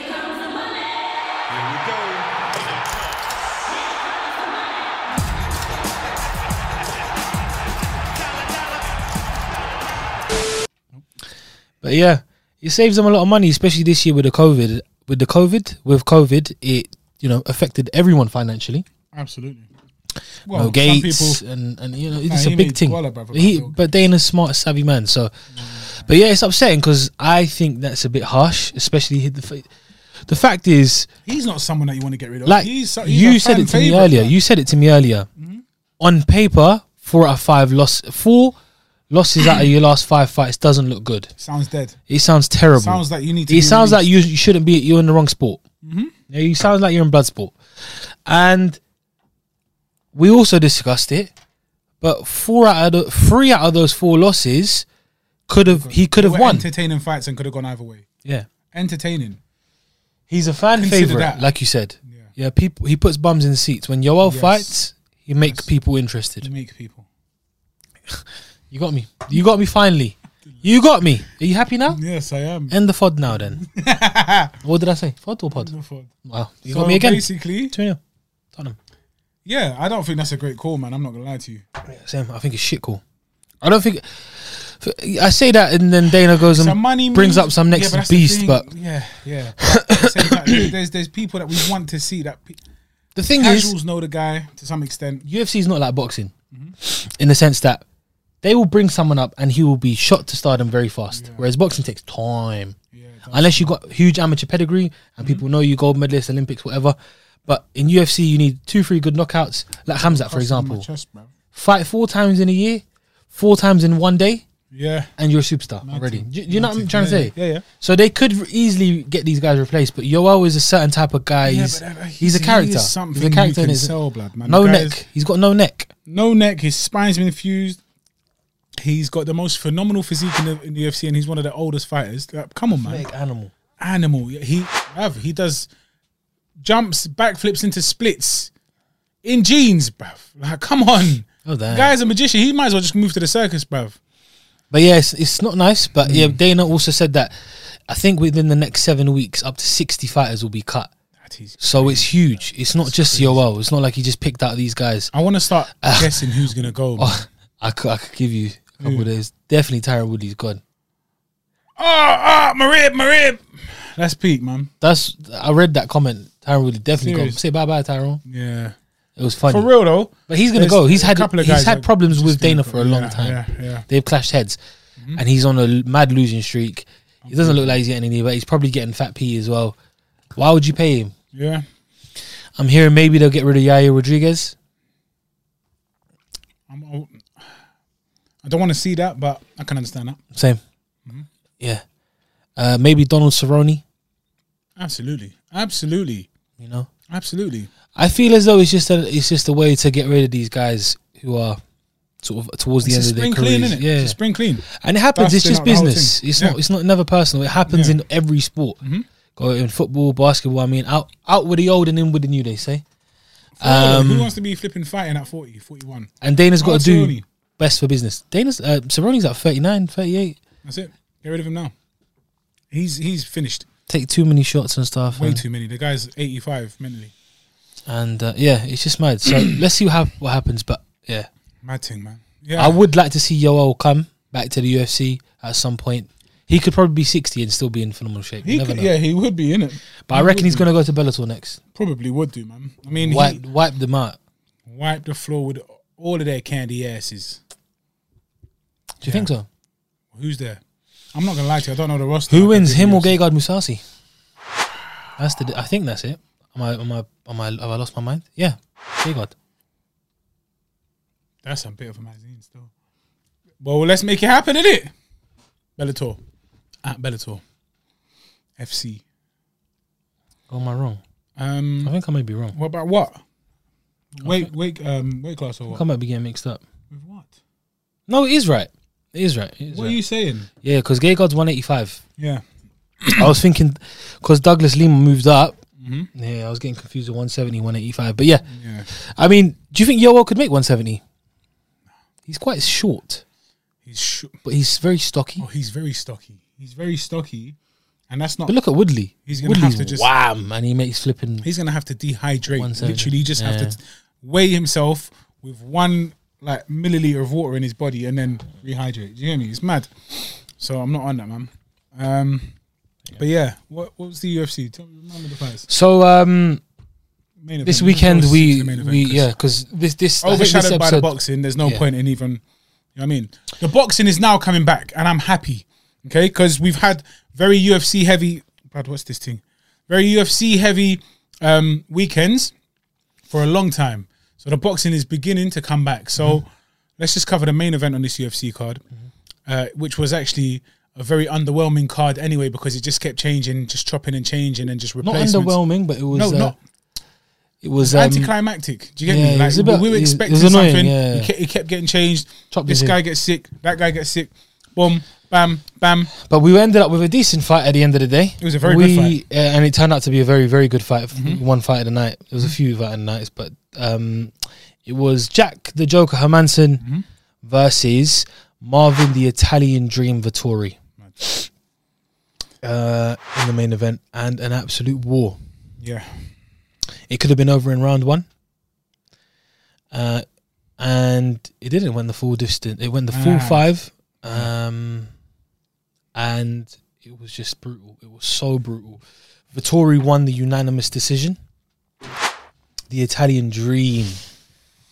Speaker 1: But yeah, it saves them a lot of money, especially this year with the COVID. With the COVID, with COVID, it you know affected everyone financially.
Speaker 2: Absolutely.
Speaker 1: No
Speaker 2: Well, some
Speaker 1: Gates
Speaker 2: people.
Speaker 1: and, and you know
Speaker 2: Nah,
Speaker 1: it's
Speaker 2: he
Speaker 1: a big
Speaker 2: made
Speaker 1: thing.
Speaker 2: Koala, bruv,
Speaker 1: he,
Speaker 2: about Bill Mm.
Speaker 1: but they ain't a smart, savvy man. So, but yeah, it's upsetting because I think that's a bit harsh, especially hit the. Fa- the fact is,
Speaker 2: He's not someone that you want to get rid of.
Speaker 1: like
Speaker 2: he's, so- he's
Speaker 1: you
Speaker 2: a
Speaker 1: said
Speaker 2: fan
Speaker 1: it to me
Speaker 2: favourite,
Speaker 1: earlier.
Speaker 2: man. Mm-hmm.
Speaker 1: You said it to me earlier. On paper, four out of five loss, four losses out of your last five fights doesn't look good.
Speaker 2: sounds dead.
Speaker 1: It sounds terrible.
Speaker 2: Sounds like you need to. be
Speaker 1: it sounds
Speaker 2: released.
Speaker 1: like you, you shouldn't be. You're in the wrong sport.
Speaker 2: Mm-hmm.
Speaker 1: Yeah, you sound like you're in blood sport. And we also discussed it, but four out of the, three out of those four losses could have he could have
Speaker 2: Were
Speaker 1: won.
Speaker 2: entertaining fights and could have gone either way.
Speaker 1: Yeah,
Speaker 2: Entertaining.
Speaker 1: he's a fan
Speaker 2: Consider
Speaker 1: favorite,
Speaker 2: that.
Speaker 1: like you said.
Speaker 2: Yeah.
Speaker 1: Yeah. people he puts bums in seats. When Yoel
Speaker 2: Yes.
Speaker 1: fights, he make people interested.
Speaker 2: to make people.
Speaker 1: You got me. You got me finally. You got me. Are you happy now?
Speaker 2: Yes, I am.
Speaker 1: End the fod now then. what did I say? Fod or pod? Wow, you
Speaker 2: So
Speaker 1: got me again.
Speaker 2: Basically,
Speaker 1: Two 0 Tottenham.
Speaker 2: yeah, I don't think that's a great call, man. I'm not gonna lie to you.
Speaker 1: Um, Same. I think it's shit cool. I don't think. I say that, and then Dana goes
Speaker 2: It's a
Speaker 1: and
Speaker 2: money
Speaker 1: brings
Speaker 2: move.
Speaker 1: up some next
Speaker 2: that's the
Speaker 1: beast.
Speaker 2: thing.
Speaker 1: but
Speaker 2: yeah, yeah. But at the same time, there's there's people that we want to see that pe-
Speaker 1: the thing is,
Speaker 2: casuals know the guy to some extent.
Speaker 1: UFC is not like boxing,
Speaker 2: Mm-hmm.
Speaker 1: in the sense that they will bring someone up and he will be shot to stardom very fast. Whereas boxing takes time,
Speaker 2: Yeah,
Speaker 1: unless you got huge amateur pedigree
Speaker 2: Mm-hmm.
Speaker 1: and people know you gold medalist, Olympics, whatever. But in UFC, you need two, three good knockouts, like Hamzat, for example.
Speaker 2: Chest, bro.
Speaker 1: Fight four times in a year, four times in one day,
Speaker 2: Yeah,
Speaker 1: and you're a superstar already. Do, do you know what I'm trying to
Speaker 2: Yeah,
Speaker 1: say?
Speaker 2: yeah, yeah.
Speaker 1: So they could re- easily get these guys replaced, but Yoel is a certain type of guy.
Speaker 2: Yeah,
Speaker 1: he's,
Speaker 2: but, uh,
Speaker 1: he's a
Speaker 2: he is
Speaker 1: character.
Speaker 2: something
Speaker 1: he's a character.
Speaker 2: you
Speaker 1: in
Speaker 2: can
Speaker 1: his-
Speaker 2: sell, blood man.
Speaker 1: no
Speaker 2: The guy is-
Speaker 1: neck. He's got no neck.
Speaker 2: no neck. His spine's been fused. He's got the most phenomenal physique in the, in the UFC, and he's one of the oldest fighters. Like, come on, man.
Speaker 1: Big animal.
Speaker 2: animal. Yeah, He bruv, he does jumps, backflips into splits in jeans, bruv. Like, come on.
Speaker 1: Oh damn.
Speaker 2: Guy's a magician. He might as well just move to the circus, bruv.
Speaker 1: But yeah, it's, it's not nice. But yeah,
Speaker 2: Mm.
Speaker 1: Dana also said that I think within the next seven weeks, up to sixty fighters will be cut.
Speaker 2: That is.
Speaker 1: So it's huge. It's not just Yoel. It's not like he just picked out these guys.
Speaker 2: I want to start guessing who's gonna go. man.
Speaker 1: Ah. Oh, I could, I could give you a couple of days. Definitely Tyron Woodley's gone.
Speaker 2: Oh, oh, my rib, my rib. That's peak, man.
Speaker 1: That's I read that comment. Tyron Woodley definitely gone.
Speaker 2: Serious?
Speaker 1: Say bye bye, Tyron.
Speaker 2: Yeah.
Speaker 1: It was funny.
Speaker 2: For real though.
Speaker 1: But he's gonna
Speaker 2: There's
Speaker 1: go. He's
Speaker 2: a
Speaker 1: had
Speaker 2: couple of
Speaker 1: he's
Speaker 2: guys
Speaker 1: had
Speaker 2: that
Speaker 1: problems
Speaker 2: just
Speaker 1: with
Speaker 2: gonna
Speaker 1: Dana
Speaker 2: go.
Speaker 1: for a long
Speaker 2: Yeah,
Speaker 1: time.
Speaker 2: yeah, Mm-hmm. yeah.
Speaker 1: They've clashed heads, and he's on a l- mad losing streak. It doesn't look like he's getting any, but he's probably getting fat P as well. Why would you pay him?
Speaker 2: Yeah.
Speaker 1: I'm hearing maybe they'll get rid of Yaya Rodriguez.
Speaker 2: I'm, oh, I don't want to see that, but I can understand that.
Speaker 1: Same,
Speaker 2: Mm-hmm.
Speaker 1: yeah. Uh, maybe Donald Cerrone.
Speaker 2: Absolutely. Absolutely.
Speaker 1: You know,
Speaker 2: Absolutely.
Speaker 1: I feel as though it's just a it's just a way to get rid of these guys who are sort of towards the
Speaker 2: It's a
Speaker 1: end of their
Speaker 2: spring
Speaker 1: careers.
Speaker 2: clean, isn't it?
Speaker 1: Yeah,
Speaker 2: It's a spring clean.
Speaker 1: And it happens. it's
Speaker 2: Busting
Speaker 1: just
Speaker 2: out the whole
Speaker 1: business.
Speaker 2: thing.
Speaker 1: It's
Speaker 2: Yeah.
Speaker 1: not. It's not never personal. It happens
Speaker 2: Yeah. Mm-hmm.
Speaker 1: in every sport. Go in football, basketball. I mean, out out with the old and in with the new. They say. Um,
Speaker 2: Who wants to be flipping fighting at 40, 41?
Speaker 1: And Dana's got to do
Speaker 2: Martinelli.
Speaker 1: best for business. Dana's uh, Cerrone's at 39, 38.
Speaker 2: That's it. Get rid of him now. He's he's finished.
Speaker 1: Take too many shots and stuff.
Speaker 2: Way
Speaker 1: and
Speaker 2: too many. The guy's 85 mentally.
Speaker 1: and uh, yeah, it's just mad. So let's see what, hap- what happens. But yeah.
Speaker 2: Mad thing, man. Yeah.
Speaker 1: I would like to see Yoel come back to the UFC at some point. He could probably be 60 and still be in phenomenal shape. You
Speaker 2: he
Speaker 1: never
Speaker 2: could,
Speaker 1: know.
Speaker 2: yeah, he would be in it.
Speaker 1: But I reckon he's going to go to Bellator next.
Speaker 2: Probably would do, man. I mean,
Speaker 1: Wipe,
Speaker 2: he
Speaker 1: wipe them out.
Speaker 2: wiped the floor with all of their candy asses.
Speaker 1: Do you think so?
Speaker 2: Who's there? I'm not going to lie to you. I don't know the roster.
Speaker 1: Who
Speaker 2: Like, I
Speaker 1: wins,
Speaker 2: did
Speaker 1: him or
Speaker 2: UFC.
Speaker 1: Gegard Musasi? That's the. I think that's it. Am I? Am I? Am I? Have I lost my mind? Yeah, Gegard.
Speaker 2: That's a bit of a magazine still. Well, let's make it happen, innit? Bellator. At Bellator. FC.
Speaker 1: Or am I wrong? I
Speaker 2: Um,
Speaker 1: think I may be wrong.
Speaker 2: what about what? Wait, wait, um, weight class or
Speaker 1: I
Speaker 2: what?
Speaker 1: think I might be getting mixed up.
Speaker 2: With what?
Speaker 1: No, it is right. It is right. It is
Speaker 2: What
Speaker 1: right.
Speaker 2: are you saying?
Speaker 1: yeah, because Gegard's one eighty five.
Speaker 2: Yeah.
Speaker 1: I was thinking because Douglas Lima moved up.
Speaker 2: Mm-hmm.
Speaker 1: Yeah, I was getting confused with 170, 185. But yeah,
Speaker 2: Yeah.
Speaker 1: I mean, do you think Yoel could make 170? He's quite short,
Speaker 2: He's sh-
Speaker 1: but he's very stocky.
Speaker 2: oh, he's very stocky. He's very stocky, and that's not.
Speaker 1: But look at Woodley.
Speaker 2: He's gonna have
Speaker 1: Woodley's
Speaker 2: to just-
Speaker 1: wham, and he makes flipping.
Speaker 2: He's gonna have to dehydrate.
Speaker 1: 170.
Speaker 2: Literally, just have to weigh himself with one like milliliter of water in his body, and then rehydrate. Do you hear me? It's mad. So I'm not on that, man. Um, But yeah, what, what was the UFC? Tell me, remember the fights.
Speaker 1: So um,
Speaker 2: Main
Speaker 1: this
Speaker 2: event.
Speaker 1: weekend
Speaker 2: Let's go
Speaker 1: we
Speaker 2: to the main event,
Speaker 1: we
Speaker 2: 'cause
Speaker 1: yeah because this this I think this
Speaker 2: overshadowed by the
Speaker 1: episode-
Speaker 2: boxing. There's no
Speaker 1: Yeah.
Speaker 2: point in even. You know what I mean, the boxing is now coming back, and I'm happy. Okay, because we've had very UFC heavy. Brad, what's this thing? Very UFC heavy um, weekends for a long time. So the boxing is beginning to come back. So
Speaker 1: Mm-hmm.
Speaker 2: let's just cover the main event on this UFC card,
Speaker 1: Mm-hmm.
Speaker 2: uh, which was actually a very underwhelming card anyway because it just kept changing, just chopping and changing, and just
Speaker 1: not
Speaker 2: replacements.
Speaker 1: underwhelming but it was
Speaker 2: No,
Speaker 1: uh,
Speaker 2: not
Speaker 1: it was um,
Speaker 2: anticlimactic. Do you get
Speaker 1: yeah,
Speaker 2: me?
Speaker 1: it
Speaker 2: Like
Speaker 1: was a bit-
Speaker 2: we were
Speaker 1: it was- it
Speaker 2: expecting
Speaker 1: was annoying,
Speaker 2: something.
Speaker 1: yeah.
Speaker 2: It, kept, it kept getting changed.
Speaker 1: Chopped
Speaker 2: this
Speaker 1: his
Speaker 2: guy gets sick. That guy gets sick. Boom, bam, bam.
Speaker 1: But we ended up with a decent fight at the end of the day.
Speaker 2: It was a very
Speaker 1: we,
Speaker 2: good fight.
Speaker 1: uh, and it turned out to be a very, very good fight. One fight of the night. There was a few fight of the nights, but um, it was Jack the Joker Hermanson versus Marvin the Italian Dream Vittori uh, in the main event, and an absolute war.
Speaker 2: Yeah,
Speaker 1: It could have been over in round one, uh, and it didn't. It went the full distance. It went the full
Speaker 2: Ah.
Speaker 1: five, um, and it was just brutal. It was so brutal. Vittori won the unanimous decision. The Italian Dream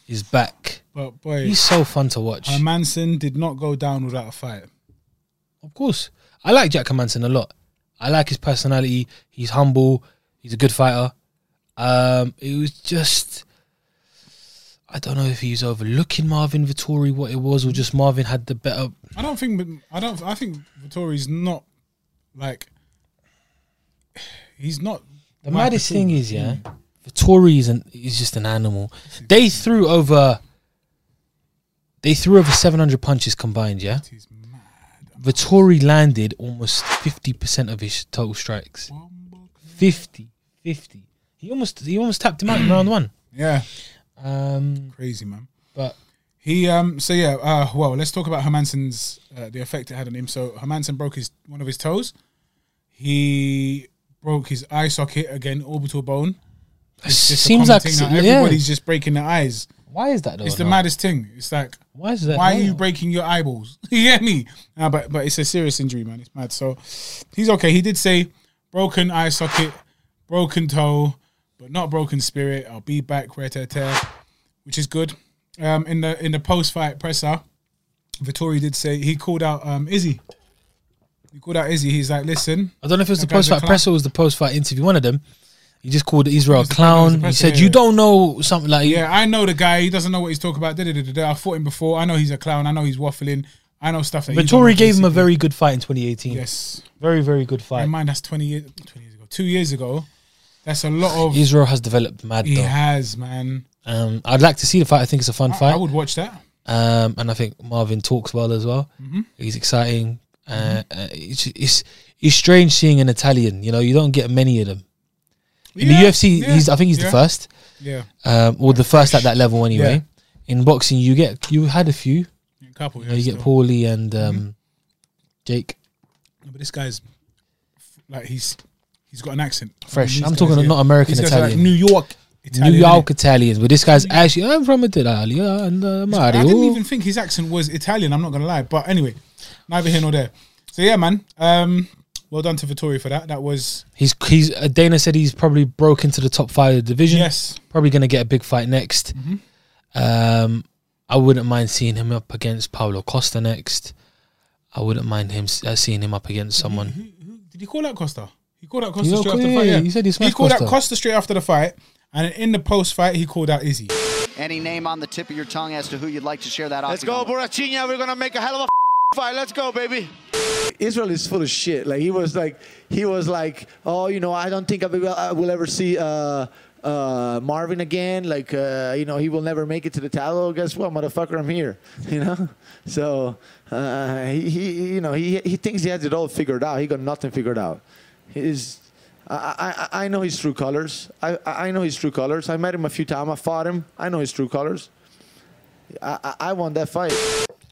Speaker 1: is back.
Speaker 2: but boy,
Speaker 1: He's so fun to watch.
Speaker 2: Manson did not go down without a fight.
Speaker 1: Of course. I like Jack Hermanson a lot. I like his personality. He's humble. He's a good fighter. Um, it was just I don't know if he was overlooking Marvin Vittori, what it was, or just Marvin had the better
Speaker 2: I don't think. I don't. I think Vittori's not like. He's not.
Speaker 1: The maddest thing is, yeah, Vittori is an, is just an animal. They threw over they threw over seven hundred punches combined, yeah?
Speaker 2: He's
Speaker 1: Vittori landed almost 50% of his total strikes. 50. 50. He almost he almost tapped him out in round one.
Speaker 2: Yeah,
Speaker 1: Um,
Speaker 2: crazy man.
Speaker 1: but
Speaker 2: He um so yeah uh well let's talk about Hermanson's uh, the effect it had on him. So Hermanson broke his one of his toes. He broke his eye socket again, orbital bone.
Speaker 1: it
Speaker 2: It's just a common
Speaker 1: seems like
Speaker 2: thing now.
Speaker 1: yeah.
Speaker 2: everybody's just breaking their eyes.
Speaker 1: Why is that though?
Speaker 2: It's the
Speaker 1: now?
Speaker 2: maddest thing. It's like
Speaker 1: Why is that?
Speaker 2: why are
Speaker 1: now?
Speaker 2: you breaking your eyeballs? you get me? Nah, but but it's a serious injury, man. It's mad. So he's okay. He did say broken eye socket, broken toe, but not broken spirit. I'll be back. Rare tear tear, which is good. Um, in the in the post fight presser, Vittori did say he called out um Izzy. He called out Izzy. He's like, listen,
Speaker 1: I don't know if it was the
Speaker 2: That guy's
Speaker 1: post
Speaker 2: a
Speaker 1: fight
Speaker 2: clown.
Speaker 1: press or it was the post fight interview. One of them. He just called Israel a
Speaker 2: the- it was the
Speaker 1: clown. He
Speaker 2: press,
Speaker 1: said,
Speaker 2: yeah,
Speaker 1: "You
Speaker 2: yeah.
Speaker 1: don't know something like
Speaker 2: yeah, I know the guy. He doesn't know what he's talking about. Da-da-da-da-da. I fought him before. I know he's a clown. I know he's waffling. I know stuff that he don't know,
Speaker 1: Vittori gave him a
Speaker 2: basically."
Speaker 1: very good fight in 2018.
Speaker 2: yes.
Speaker 1: Very, very good fight.
Speaker 2: Bear in mind that's 20 years, 20 years ago, two years ago. That's a lot of.
Speaker 1: Israel has developed mad
Speaker 2: He
Speaker 1: though.
Speaker 2: has, man.
Speaker 1: Um, I'd like to see the fight. I think it's a fun
Speaker 2: I,
Speaker 1: fight.
Speaker 2: I would watch that.
Speaker 1: um, and I think Marvin talks well as well.
Speaker 2: Mm-hmm.
Speaker 1: He's exciting. Uh, uh, it's, it's it's strange seeing an Italian. You know, you don't get many of them in
Speaker 2: Yeah,
Speaker 1: the UFC.
Speaker 2: yeah,
Speaker 1: he's I think he's
Speaker 2: yeah,
Speaker 1: the first,
Speaker 2: Yeah,
Speaker 1: um, or the first at that level anyway. In boxing, you get you had a few.
Speaker 2: a couple. Yeah,
Speaker 1: You, know, you get
Speaker 2: still. Mm-hmm.
Speaker 1: Paulie and um, Jake
Speaker 2: But this guy's like he's he's got an accent.
Speaker 1: Fresh.
Speaker 2: These
Speaker 1: I'm
Speaker 2: guys
Speaker 1: talking
Speaker 2: here-
Speaker 1: not American
Speaker 2: these guys are
Speaker 1: Italian.
Speaker 2: Like New York Italian.
Speaker 1: New York
Speaker 2: innit?
Speaker 1: Italians, but this guy's actually I'm from Italy uh, and uh,
Speaker 2: I didn't
Speaker 1: Mario.
Speaker 2: even think his accent was Italian. I'm not gonna lie. But anyway, neither here nor there. So yeah, man. Um, well done to Vittori for that. That was
Speaker 1: He's he's uh, Dana said he's probably broke into the top five of the division.
Speaker 2: yes. Mm-hmm.
Speaker 1: probably going to get a big fight next. Um, I wouldn't mind seeing him up against Paulo Costa next. I wouldn't mind him s- uh, seeing him up against someone.
Speaker 2: Mm-hmm. Did he call out Costa? He called out Costa
Speaker 1: Yeah,
Speaker 2: straight after the
Speaker 1: yeah,
Speaker 2: fight.
Speaker 1: yeah,
Speaker 2: Yeah,
Speaker 1: he said he
Speaker 2: he
Speaker 1: smashed
Speaker 2: called out
Speaker 1: Costa.
Speaker 2: Costa straight after the fight, and in the post fight, he called out Izzy.
Speaker 5: Any name on the tip of your tongue as to who you'd like to share that
Speaker 6: Let's go,
Speaker 5: octagon with?
Speaker 6: Borachinha. We're gonna make a hell of a fight. Let's go, baby.
Speaker 7: Israel is full of shit. Like he was like he was like, oh, you know, I don't think I will, I will ever see uh, uh, Marvin again. Like uh, you know, he will never make it to the title. Guess what, motherfucker, I'm here. You know, so uh, he, he you know he he thinks he has it all figured out. He got nothing figured out. He's I, I, I know his true colors. I, I I know his true colors. I met him a few times. I fought him. I know his true colors. I, I, I won that fight.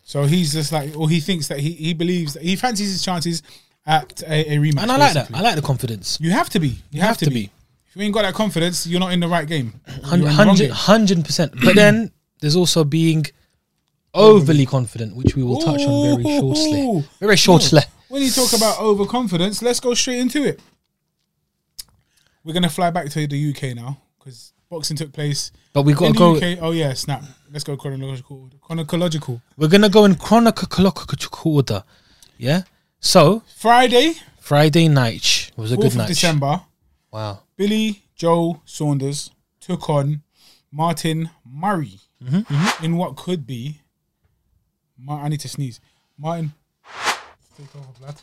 Speaker 2: So he's just like, or he thinks that he, he believes that he fancies his chances at a, a rematch.
Speaker 1: And I like that.
Speaker 2: basically.
Speaker 1: I like the confidence.
Speaker 2: You have to be. You, have, to, be. If you ain't got that confidence, you're not in the right game. You're in the wrong game.
Speaker 1: 100 percent. But then there's also being overly confident, which we will touch on very shortly.
Speaker 2: Ooh.
Speaker 1: Very shortly.
Speaker 2: No. when you talk about overconfidence, let's go straight into it. We're gonna fly back to the UK now because boxing took place.
Speaker 1: But we
Speaker 2: in
Speaker 1: gotta
Speaker 2: the
Speaker 1: go.
Speaker 2: UK. Oh yeah, snap. Let's go chronological. Chronological.
Speaker 1: We're gonna go in chronological order. Yeah. So
Speaker 2: Friday,
Speaker 1: Friday night was a
Speaker 2: fourth
Speaker 1: good
Speaker 2: of
Speaker 1: night.
Speaker 2: December.
Speaker 1: Wow.
Speaker 2: Billy Joe Saunders took on Martin Murray
Speaker 1: Mm-hmm.
Speaker 2: in what could be. Mar- I need to sneeze. Martin, take over, blood,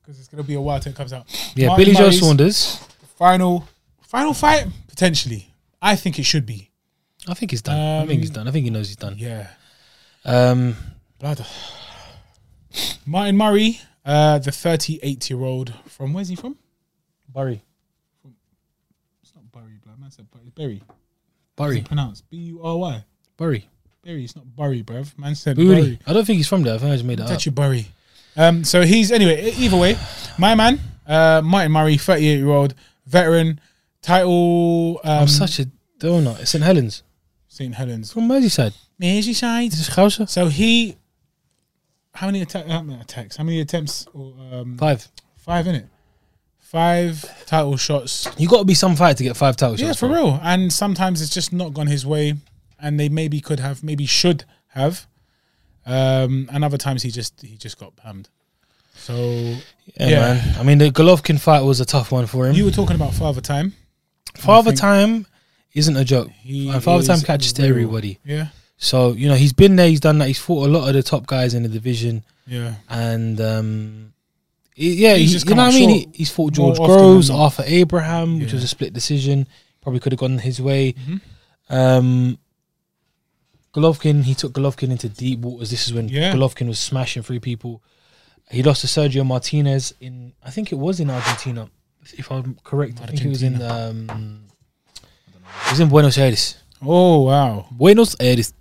Speaker 2: because it's gonna be a while till it comes out.
Speaker 1: Yeah.
Speaker 2: Martin
Speaker 1: Billy Joe
Speaker 2: Murray's
Speaker 1: Saunders.
Speaker 2: final, final fight potentially. I think it should be.
Speaker 1: I think he's done. I think he's done. I think he knows he's done.
Speaker 2: Um, Yeah,
Speaker 1: Um.
Speaker 2: blood. Martin Murray, uh, the 38 year old from where's he from?
Speaker 1: Bury.
Speaker 2: It's not Bury, blood. Man said Bury. Berry.
Speaker 1: Bury.
Speaker 2: Pronounced B U R Y.
Speaker 1: Bury.
Speaker 2: Berry. It's not Bury, bruv. Man said Bury.
Speaker 1: Bury. I don't think he's from there. I think I just made that up.
Speaker 2: Touchy Bury. Um, so he's anyway. e- Either way, my man, uh, Martin Murray, thirty-eight year old veteran, title um,
Speaker 1: I'm such a donut. It's St Helens
Speaker 2: St Helens,
Speaker 1: from Merseyside.
Speaker 2: Merseyside.
Speaker 1: This is Gouser.
Speaker 2: So he, how many atta- how many attacks? How many attempts? Or, um,
Speaker 1: Five.
Speaker 2: five in it. Five title shots.
Speaker 1: You got to be some fight to get five title
Speaker 2: Yeah,
Speaker 1: shots.
Speaker 2: for
Speaker 1: bro.
Speaker 2: real. And sometimes it's just not gone his way, and they maybe could have, maybe should have. Um, and other times he just he just got pammed. So
Speaker 1: Yeah,
Speaker 2: Yeah.
Speaker 1: man. I mean, the Golovkin fight was a tough one for him.
Speaker 2: you were talking about father time.
Speaker 1: Father
Speaker 2: think-
Speaker 1: Time isn't a joke.
Speaker 2: He
Speaker 1: and Father
Speaker 2: is
Speaker 1: Time catches
Speaker 2: real.
Speaker 1: everybody.
Speaker 2: Yeah,
Speaker 1: So, you know, he's been there, he's done that, he's fought a lot of the top guys in the division.
Speaker 2: yeah.
Speaker 1: And, um, he- yeah,
Speaker 2: He's
Speaker 1: he-
Speaker 2: just
Speaker 1: you know
Speaker 2: come
Speaker 1: what I
Speaker 2: up
Speaker 1: mean? He,
Speaker 2: short
Speaker 1: he's fought
Speaker 2: more
Speaker 1: George
Speaker 2: often than
Speaker 1: Groves,
Speaker 2: not.
Speaker 1: Arthur Abraham, which
Speaker 2: Yeah. Mm-hmm.
Speaker 1: was a split decision. Probably could have gone his way. Um, Golovkin, he took Golovkin into deep waters. This is when
Speaker 2: Yeah.
Speaker 1: Golovkin was smashing three people. He lost to Sergio Martinez in, I think it was in Argentina, if I'm correct. I think it was in, um, it was in Buenos Aires.
Speaker 2: Oh wow.
Speaker 1: Buenos Aires.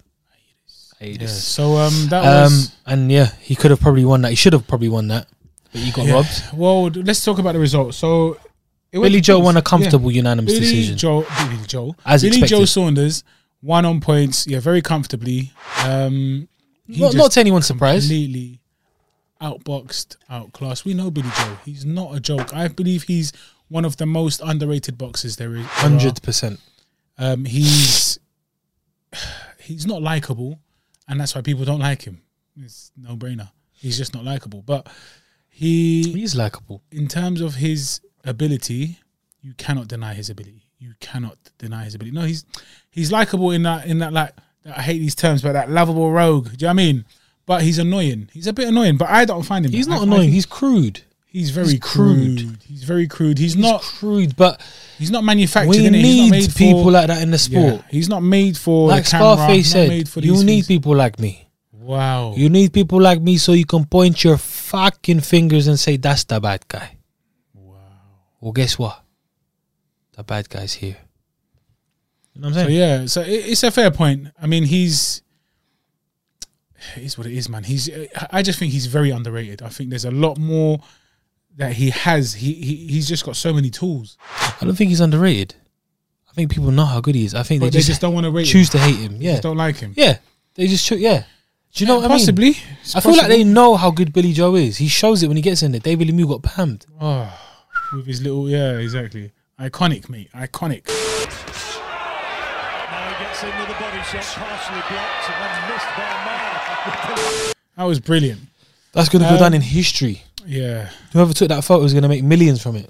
Speaker 2: Yeah.
Speaker 1: Aires.
Speaker 2: So um, that
Speaker 1: Um,
Speaker 2: was
Speaker 1: and yeah, he could have probably won that. He should have probably won that, but he got
Speaker 2: yeah.
Speaker 1: robbed.
Speaker 2: Well, d- let's talk about the results. So it
Speaker 1: Billy
Speaker 2: went-
Speaker 1: Joe won a comfortable
Speaker 2: Yeah.
Speaker 1: unanimous
Speaker 2: Billy
Speaker 1: decision.
Speaker 2: Joe, Billy Joe,
Speaker 1: As
Speaker 2: Billy
Speaker 1: expected.
Speaker 2: Joe Saunders won on points. Yeah, very comfortably. Um, he
Speaker 1: not,
Speaker 2: just
Speaker 1: not to anyone's surprise.
Speaker 2: Completely outboxed, outclassed. We know Billy Joe. He's not a joke. I believe he's one of the most underrated boxers there is. there are.
Speaker 1: Hundred percent.
Speaker 2: Um, he's he's not likable, and that's why people don't like him. It's no brainer. He's just not likable. But he,
Speaker 1: He's likable.
Speaker 2: in terms of his ability, you cannot deny his ability. You cannot deny his ability. No, he's he's likable in that in that like I hate these terms, but that lovable rogue. Do you know what I mean? But he's annoying. He's a bit annoying, but I don't find him.
Speaker 1: He's
Speaker 2: that. I
Speaker 1: not
Speaker 2: find
Speaker 1: annoying.
Speaker 2: him-
Speaker 1: He's crude.
Speaker 2: He's very
Speaker 1: he's
Speaker 2: crude.
Speaker 1: crude.
Speaker 2: He's very crude. He's,
Speaker 1: He's
Speaker 2: not.
Speaker 1: crude, but
Speaker 2: He's not manufactured.
Speaker 1: we
Speaker 2: innit? He's not
Speaker 1: need
Speaker 2: made
Speaker 1: people
Speaker 2: for,
Speaker 1: like that in the sport.
Speaker 2: Yeah, he's not made for
Speaker 1: Like
Speaker 2: the camera,
Speaker 1: Scarface
Speaker 2: not
Speaker 1: said,
Speaker 2: made for
Speaker 1: you
Speaker 2: these
Speaker 1: need
Speaker 2: things.
Speaker 1: people like me.
Speaker 2: Wow.
Speaker 1: You need people like me so you can point your fucking fingers and say that's the bad guy. Wow. Well, guess what? The bad guy's here. You know what I'm
Speaker 2: so
Speaker 1: saying?
Speaker 2: yeah, so it, it's a fair point. I mean, he's it is what it is, man. He's I just think he's very underrated. I think there's a lot more that he has. He, he he's just got so many tools,
Speaker 1: I don't think he's underrated. I think people know how good he is. I think
Speaker 2: but
Speaker 1: they, just,
Speaker 2: don't want to rate him.
Speaker 1: choose to hate him. Yeah,
Speaker 2: Don't like him.
Speaker 1: yeah. They just cho- yeah. Do you know what I mean?
Speaker 2: possibly.
Speaker 1: I feel like they know how good Billy Joe is. He shows it when he gets in there. David Lemieux got pammed.
Speaker 2: oh, with his little yeah, exactly. Iconic, mate. Iconic.
Speaker 6: Now he gets another body shot, partially blocked and then missed by Mar.
Speaker 2: That was brilliant.
Speaker 1: That's going to go
Speaker 2: Um,
Speaker 1: down in history.
Speaker 2: Yeah.
Speaker 1: Whoever took that photo is going to make millions from it.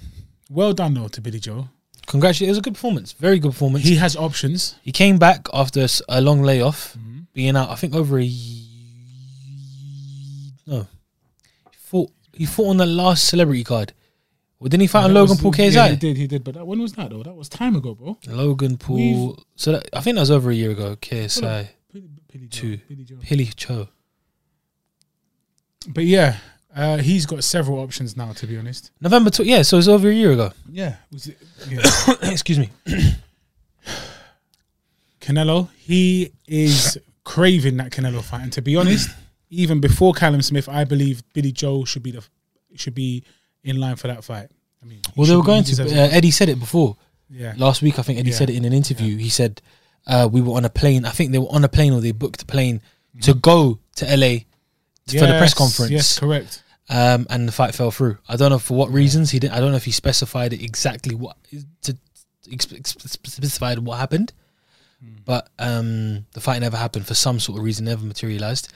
Speaker 2: Well done though to Billy Joe.
Speaker 1: Congratulations. It was a good performance. Very good performance.
Speaker 2: He
Speaker 1: He,
Speaker 2: has options.
Speaker 1: came back after s- a long layoff,
Speaker 2: Mm-hmm.
Speaker 1: being out, I think, over a ye- No. He fought, he fought on the last celebrity card. Well, didn't he fight on
Speaker 2: That
Speaker 1: Logan
Speaker 2: was-
Speaker 1: Paul KSI?
Speaker 2: Yeah, he did, he did. But that, when was that though? That was time ago, bro.
Speaker 1: Logan Paul. so that, I think that was over a year ago. KSI.
Speaker 2: Billy, Billy Joe,
Speaker 1: Two.
Speaker 2: Billy Joe.
Speaker 1: Hilly Cho.
Speaker 2: But yeah, uh, he's got several options now. To be honest,
Speaker 1: November. Tw- yeah, so it was over a year ago.
Speaker 2: yeah. Was it, yeah.
Speaker 1: Excuse me.
Speaker 2: Canelo, he is craving that Canelo fight. And to be honest, even before Callum Smith, I believe Billy Joe should be the should be in line for that fight. I mean, he
Speaker 1: Well, they
Speaker 2: should
Speaker 1: were
Speaker 2: be-
Speaker 1: going
Speaker 2: he
Speaker 1: to.
Speaker 2: deserves
Speaker 1: Uh, Eddie said it before
Speaker 2: yeah,
Speaker 1: last week. I think Eddie
Speaker 2: Yeah.
Speaker 1: said it in an interview. He said uh, we were on a plane. I think they were on a plane or they booked a plane to go to LA to- for the press
Speaker 2: Yes,
Speaker 1: conference.
Speaker 2: Yes, correct.
Speaker 1: um, and the fight fell through. I don't know for what reasons he didn't. I don't know if he specified exactly what to, ex- ex- specified what happened,
Speaker 2: Hmm.
Speaker 1: but um, the fight never happened for some sort of reason. Never materialized,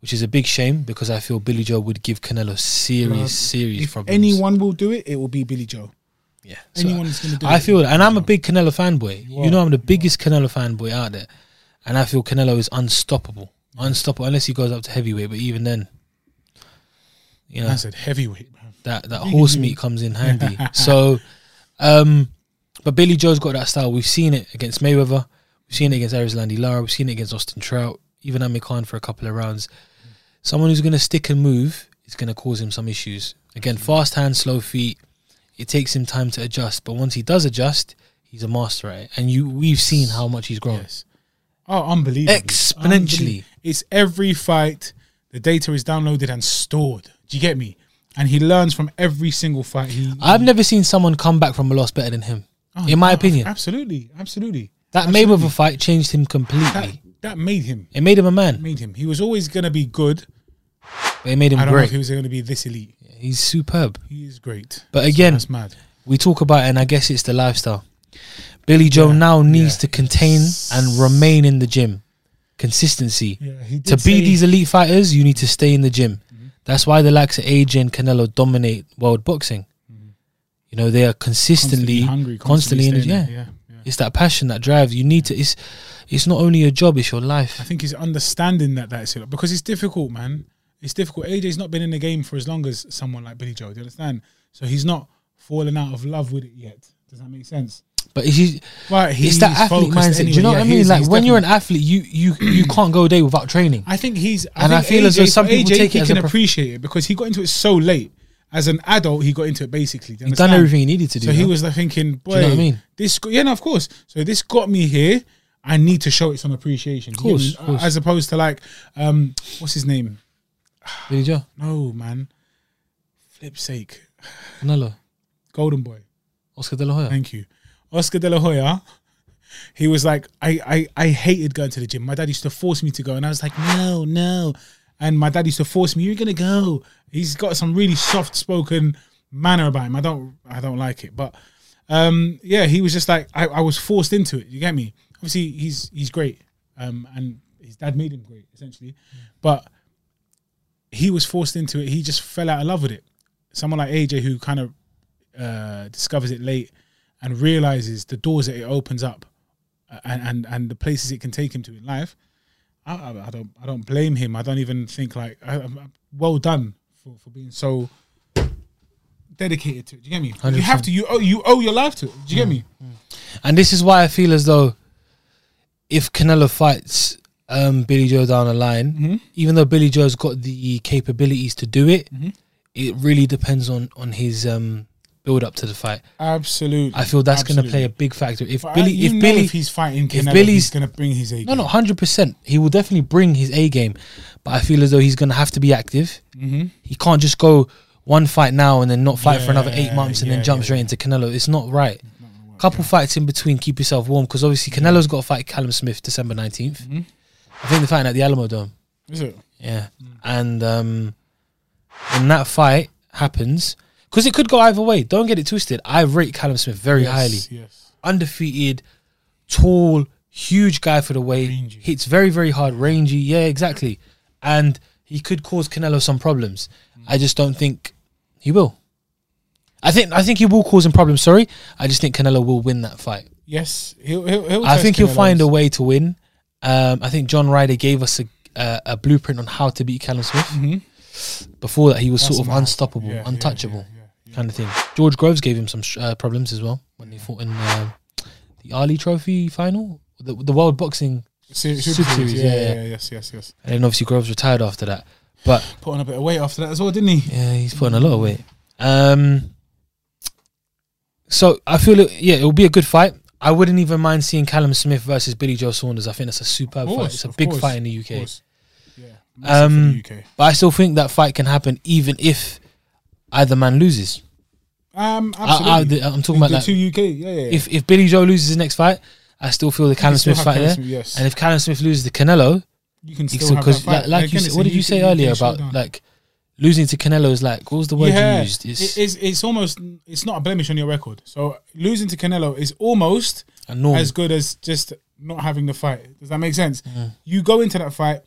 Speaker 1: which is a big shame because I feel Billy Joe would give Canelo serious, serious
Speaker 2: If
Speaker 1: problems.
Speaker 2: anyone will do it, it will be Billy Joe.
Speaker 1: yeah,
Speaker 2: anyone is gonna do
Speaker 1: I
Speaker 2: it.
Speaker 1: feel, and I'm a big Canelo fanboy. You, know, I'm the biggest Canelo fanboy out there, and I feel Canelo is unstoppable, unstoppable unless he goes up to heavyweight. But even then, you know,
Speaker 2: I said heavyweight. Man.
Speaker 1: that that horse meat comes in handy. so, um, but Billy Joe's got that style. We've seen it against Mayweather. We've seen it against Arizlandi Lara. We've seen it against Austin Trout. Even Amir Khan for a couple of rounds. Someone who's going to stick and move is going to cause him some issues. Again,
Speaker 2: Mm.
Speaker 1: fast hands, slow feet. It takes him time to adjust, but once he does adjust, he's a master at it. And you, we've seen how much he's grown.
Speaker 2: Yes. Oh, unbelievable.
Speaker 1: Exponentially.
Speaker 2: Unbelie- It's every fight. The data is downloaded and stored. Do you get me? And he learns from every single fight. He,
Speaker 1: I've never seen someone come back from a loss better than him, in my
Speaker 2: Oh,
Speaker 1: opinion.
Speaker 2: Absolutely. Absolutely.
Speaker 1: That Mayweather fight changed him completely.
Speaker 2: That made him.
Speaker 1: It made him a man.
Speaker 2: Made him. He was always going to be good.
Speaker 1: But it made him
Speaker 2: I don't know
Speaker 1: great.
Speaker 2: if he was going to be this elite.
Speaker 1: He's superb.
Speaker 2: He is great.
Speaker 1: But again-
Speaker 2: that's mad.
Speaker 1: We talk about it, and I guess it's the lifestyle. Billy Joe now needs to contain and remain in the gym. Consistency.
Speaker 2: Yeah, Mm-hmm. he did
Speaker 1: to be
Speaker 2: say-
Speaker 1: these elite fighters, you need to stay in the gym. That's why the likes of AJ and Canelo dominate world boxing. You know, they are consistently,
Speaker 2: Mm-hmm. hungry,
Speaker 1: constantly, in the
Speaker 2: staying
Speaker 1: gym.
Speaker 2: there.
Speaker 1: Yeah.
Speaker 2: yeah, yeah.
Speaker 1: It's that passion, that drive. You need to, it's, it's not only your job, it's your life.
Speaker 2: I think he's understanding that that's it because it's difficult, man. It's difficult. AJ's not been in the game for as long as someone like Billy Joe. Do you understand? So he's not falling out of love with it yet. Does that make sense?
Speaker 1: But it's, it's
Speaker 2: But he's
Speaker 1: that athlete
Speaker 2: focused
Speaker 1: mindset. Do you
Speaker 2: anyway.
Speaker 1: know
Speaker 2: Yeah,
Speaker 1: what I
Speaker 2: he
Speaker 1: mean?
Speaker 2: is-
Speaker 1: Like
Speaker 2: he's
Speaker 1: when you're an
Speaker 2: definitely-
Speaker 1: athlete, you you you can't go a day without training.
Speaker 2: I think he's. I
Speaker 1: And I
Speaker 2: think
Speaker 1: feel as though
Speaker 2: AJ
Speaker 1: some
Speaker 2: for
Speaker 1: people
Speaker 2: AJ,
Speaker 1: take
Speaker 2: he
Speaker 1: it as
Speaker 2: can
Speaker 1: a prof-
Speaker 2: appreciate it because he got into it so late. As an adult, he got into it basically. Do you
Speaker 1: You've done
Speaker 2: understand?
Speaker 1: everything you needed to do.
Speaker 2: So he
Speaker 1: huh?
Speaker 2: was like thinking, boy,
Speaker 1: know what I mean?
Speaker 2: this, go- yeah, no, of course. So this got me here. I need to show it some appreciation. Of
Speaker 1: course, of course.
Speaker 2: As opposed to like, um, what's his name?
Speaker 1: Billy Joe,
Speaker 2: No, man. Flip sake.
Speaker 1: Canelo,
Speaker 2: Golden Boy.
Speaker 1: Oscar De La Hoya.
Speaker 2: Thank you. Oscar De La Hoya. He was like, I, I, I hated going to the gym. My dad used to force me to go. And I was like, no, no. And my dad used to force me, you're going to go. He's got some really soft spoken manner about him. I don't, I don't like it. But um, yeah, he was just like, I, I was forced into it. You get me? Obviously, he's, he's great. Um, and his dad made him great, essentially. But he was forced into it. He just fell out of love with it. Someone like AJ, who kind of uh, discovers it late and realizes the doors that it opens up uh, and and, and the places it can take him to in life. I, I, I don't I don't blame him. I don't even think like I, I'm, I'm- well done for, for being so dedicated to it. Do you get me? You have to. You owe you owe your life to it. Do you get me?
Speaker 1: And this is why I feel as though if Canelo fights um, Billy Joe down the line,
Speaker 2: Mm-hmm.
Speaker 1: even though Billy Joe's got the capabilities to do it,
Speaker 2: Mm-hmm.
Speaker 1: it really depends on on his um, build up to the fight.
Speaker 2: Absolutely.
Speaker 1: I feel that's going to play a
Speaker 2: absolutely.
Speaker 1: big factor. If
Speaker 2: But I-
Speaker 1: Billy,
Speaker 2: you
Speaker 1: if
Speaker 2: know
Speaker 1: Billy,
Speaker 2: if he's fighting Canelo,
Speaker 1: Billy's-
Speaker 2: he's going to bring his A.
Speaker 1: no, no, hundred percent, he will definitely bring his A game. But I feel as though he's going to have to be active.
Speaker 2: Mm-hmm.
Speaker 1: He can't just go one fight now and then not fight for another eight
Speaker 2: Yeah,
Speaker 1: months and
Speaker 2: yeah,
Speaker 1: then jump
Speaker 2: yeah.
Speaker 1: straight into Canelo. It's not right. Couple fights in between, keep yourself warm because obviously Canelo's got to fight Callum Smith December 19th
Speaker 2: Mm-hmm.
Speaker 1: I think they're fighting at the Alamo Dome.
Speaker 2: Is it?
Speaker 1: Yeah,
Speaker 2: Mm.
Speaker 1: and um, when that fight happens, because it could go either way. Don't get it twisted. I rate Callum Smith very highly
Speaker 2: Yes, yes.
Speaker 1: undefeated, tall, huge guy for the weight.
Speaker 2: Rangy.
Speaker 1: Hits very, very hard, rangy. Yeah, exactly. And he could cause Canelo some problems. I just don't think he will. I think I think he will cause him problems. Sorry, I just think Canelo will win that fight.
Speaker 2: Yes. He'll, he'll, he'll
Speaker 1: I think
Speaker 2: test
Speaker 1: he'll find
Speaker 2: Canelo's.
Speaker 1: a way to win. Um, I think John Ryder gave us a, uh, a blueprint on how to beat Callum Smith. Before that, he was sort of
Speaker 2: Mm-hmm. mad.
Speaker 1: unstoppable,
Speaker 2: Yeah, yeah, yeah,
Speaker 1: untouchable
Speaker 2: yeah, Mm.
Speaker 1: kind of thing. George Groves gave him some sh- uh, problems as well when he fought in uh, the Ali Trophy final, the, the World Boxing,
Speaker 2: Su- Super,
Speaker 1: Super
Speaker 2: Series,
Speaker 1: Series,
Speaker 2: yeah,
Speaker 1: yeah,
Speaker 2: yeah,
Speaker 1: yeah.
Speaker 2: yeah, yes, yes, yes.
Speaker 1: and then obviously Groves retired after that. But
Speaker 2: Put on a bit of weight after that as well, didn't he?
Speaker 1: yeah, he's putting a lot of weight. Um, so I feel it, yeah, it'll be a good fight. I wouldn't even mind seeing Callum Smith versus Billy Joe Saunders. I think that's a
Speaker 2: Of
Speaker 1: superb fight.
Speaker 2: course,
Speaker 1: It's a
Speaker 2: of
Speaker 1: big
Speaker 2: course,
Speaker 1: fight in the
Speaker 2: of
Speaker 1: UK.
Speaker 2: course. Yeah, massive for
Speaker 1: Um,
Speaker 2: the UK.
Speaker 1: But I still think that fight can happen even if either man loses.
Speaker 2: Um,
Speaker 1: I, I,
Speaker 2: absolutely.
Speaker 1: am
Speaker 2: the,
Speaker 1: talking about
Speaker 2: the
Speaker 1: that.
Speaker 2: two UK. Yeah, yeah. yeah.
Speaker 1: If if Billy Joe loses his next fight, I still feel the Callum
Speaker 2: still
Speaker 1: Smith
Speaker 2: have
Speaker 1: fight
Speaker 2: Callum
Speaker 1: there.
Speaker 2: Smith, yes.
Speaker 1: And if Callum Smith loses the Canelo,
Speaker 2: you can
Speaker 1: he
Speaker 2: still
Speaker 1: still-
Speaker 2: have that
Speaker 1: because
Speaker 2: fight.
Speaker 1: like, like you
Speaker 2: Again,
Speaker 1: said,
Speaker 2: it's
Speaker 1: what
Speaker 2: a
Speaker 1: did you
Speaker 2: UK
Speaker 1: say earlier about
Speaker 2: showdown.
Speaker 1: like losing to Canelo is like what was the word you
Speaker 2: yeah,
Speaker 1: used? It's
Speaker 2: it is. It's almost. It's not a blemish on your record. So losing to Canelo is almost
Speaker 1: a norm.
Speaker 2: as good as just not having the fight. Does that make sense? You go into that fight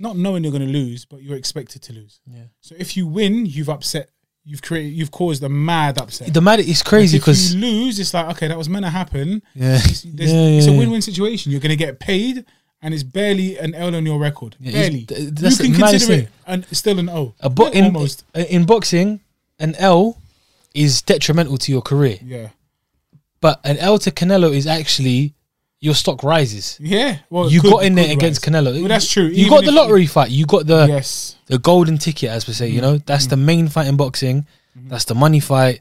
Speaker 2: not knowing you're going to lose, but you're expected to lose. Yeah. So if you win, you've upset. You've created. You've caused a mad upset.
Speaker 1: the mad it's crazy
Speaker 2: if
Speaker 1: because
Speaker 2: you lose, it's like okay, that was meant to happen.
Speaker 1: Yeah.
Speaker 2: it's, there's-
Speaker 1: Yeah, yeah,
Speaker 2: it's a
Speaker 1: yeah.
Speaker 2: win-win situation. You're going to get paid, and it's barely an L on your record.
Speaker 1: it's-
Speaker 2: barely,
Speaker 1: th- that's
Speaker 2: you can
Speaker 1: the maddest
Speaker 2: consider it
Speaker 1: thing.
Speaker 2: and still an O.
Speaker 1: a bo- in, uh,
Speaker 2: almost,
Speaker 1: in boxing an L is detrimental to your career,
Speaker 2: yeah,
Speaker 1: but an L to Canelo is actually your stock rises.
Speaker 2: yeah. Well, it
Speaker 1: you
Speaker 2: could-
Speaker 1: got in
Speaker 2: could
Speaker 1: there against
Speaker 2: rise.
Speaker 1: Canelo.
Speaker 2: Well, that's true.
Speaker 1: You
Speaker 2: Even
Speaker 1: got the
Speaker 2: if- Mm-hmm.
Speaker 1: lottery fight. You got the
Speaker 2: Yes,
Speaker 1: the golden ticket, as we say. You know, that's the main fight in boxing.
Speaker 2: Mm-hmm.
Speaker 1: That's the money fight.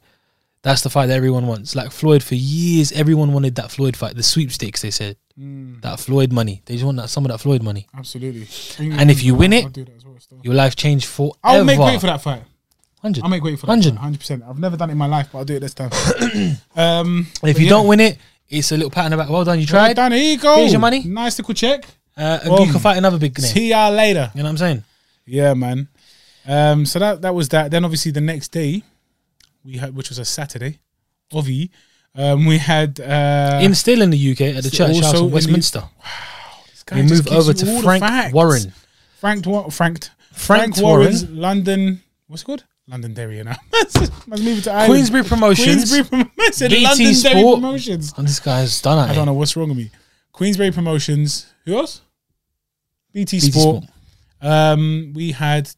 Speaker 1: That's the fight that everyone wants. Like Floyd, for years, everyone wanted that Floyd fight. The sweepstakes, they said
Speaker 2: Mm.
Speaker 1: that Floyd money. They just want that some of that Floyd money.
Speaker 2: absolutely.
Speaker 1: And if you win it,
Speaker 2: I'll do that as well. still.
Speaker 1: Your life changed forever.
Speaker 2: I'll make way for that fight.
Speaker 1: Hundred.
Speaker 2: I'll make way for that.
Speaker 1: Hundred.
Speaker 2: Hundred percent. I've never done it in my life, but I'll do it this time. um,
Speaker 1: And if
Speaker 2: but
Speaker 1: you
Speaker 2: yeah.
Speaker 1: don't win it, it's a little pat on the back. Well done, you
Speaker 2: Well
Speaker 1: tried.
Speaker 2: done. Here you go.
Speaker 1: Here's your money.
Speaker 2: Nice little check.
Speaker 1: Uh, and you
Speaker 2: Boom.
Speaker 1: can fight another big name.
Speaker 2: See ya later.
Speaker 1: You know what I'm saying?
Speaker 2: Yeah, man. Um, so that that was that. Then obviously the next day, we had, which was a Saturday, Ovi, um, we had uh,
Speaker 1: In still in the UK at the
Speaker 2: So
Speaker 1: church house
Speaker 2: also
Speaker 1: in
Speaker 2: in
Speaker 1: Westminster.
Speaker 2: this guy
Speaker 1: We
Speaker 2: just
Speaker 1: move
Speaker 2: gives
Speaker 1: over
Speaker 2: you all
Speaker 1: to
Speaker 2: the
Speaker 1: Frank
Speaker 2: facts.
Speaker 1: Warren.
Speaker 2: Frank Wa- Frank
Speaker 1: Frank
Speaker 2: Warren's London. What's it called? Londonderry now. Must move to Ireland.
Speaker 1: Queensbury Promotions.
Speaker 2: Queensbury Promotions.
Speaker 1: BT
Speaker 2: Londonderry
Speaker 1: Sport.
Speaker 2: Promotions.
Speaker 1: And this guy's done
Speaker 2: I
Speaker 1: it.
Speaker 2: don't know what's wrong with me. Queensbury Promotions. Who else? BT,
Speaker 1: BT
Speaker 2: Sport. Um, we had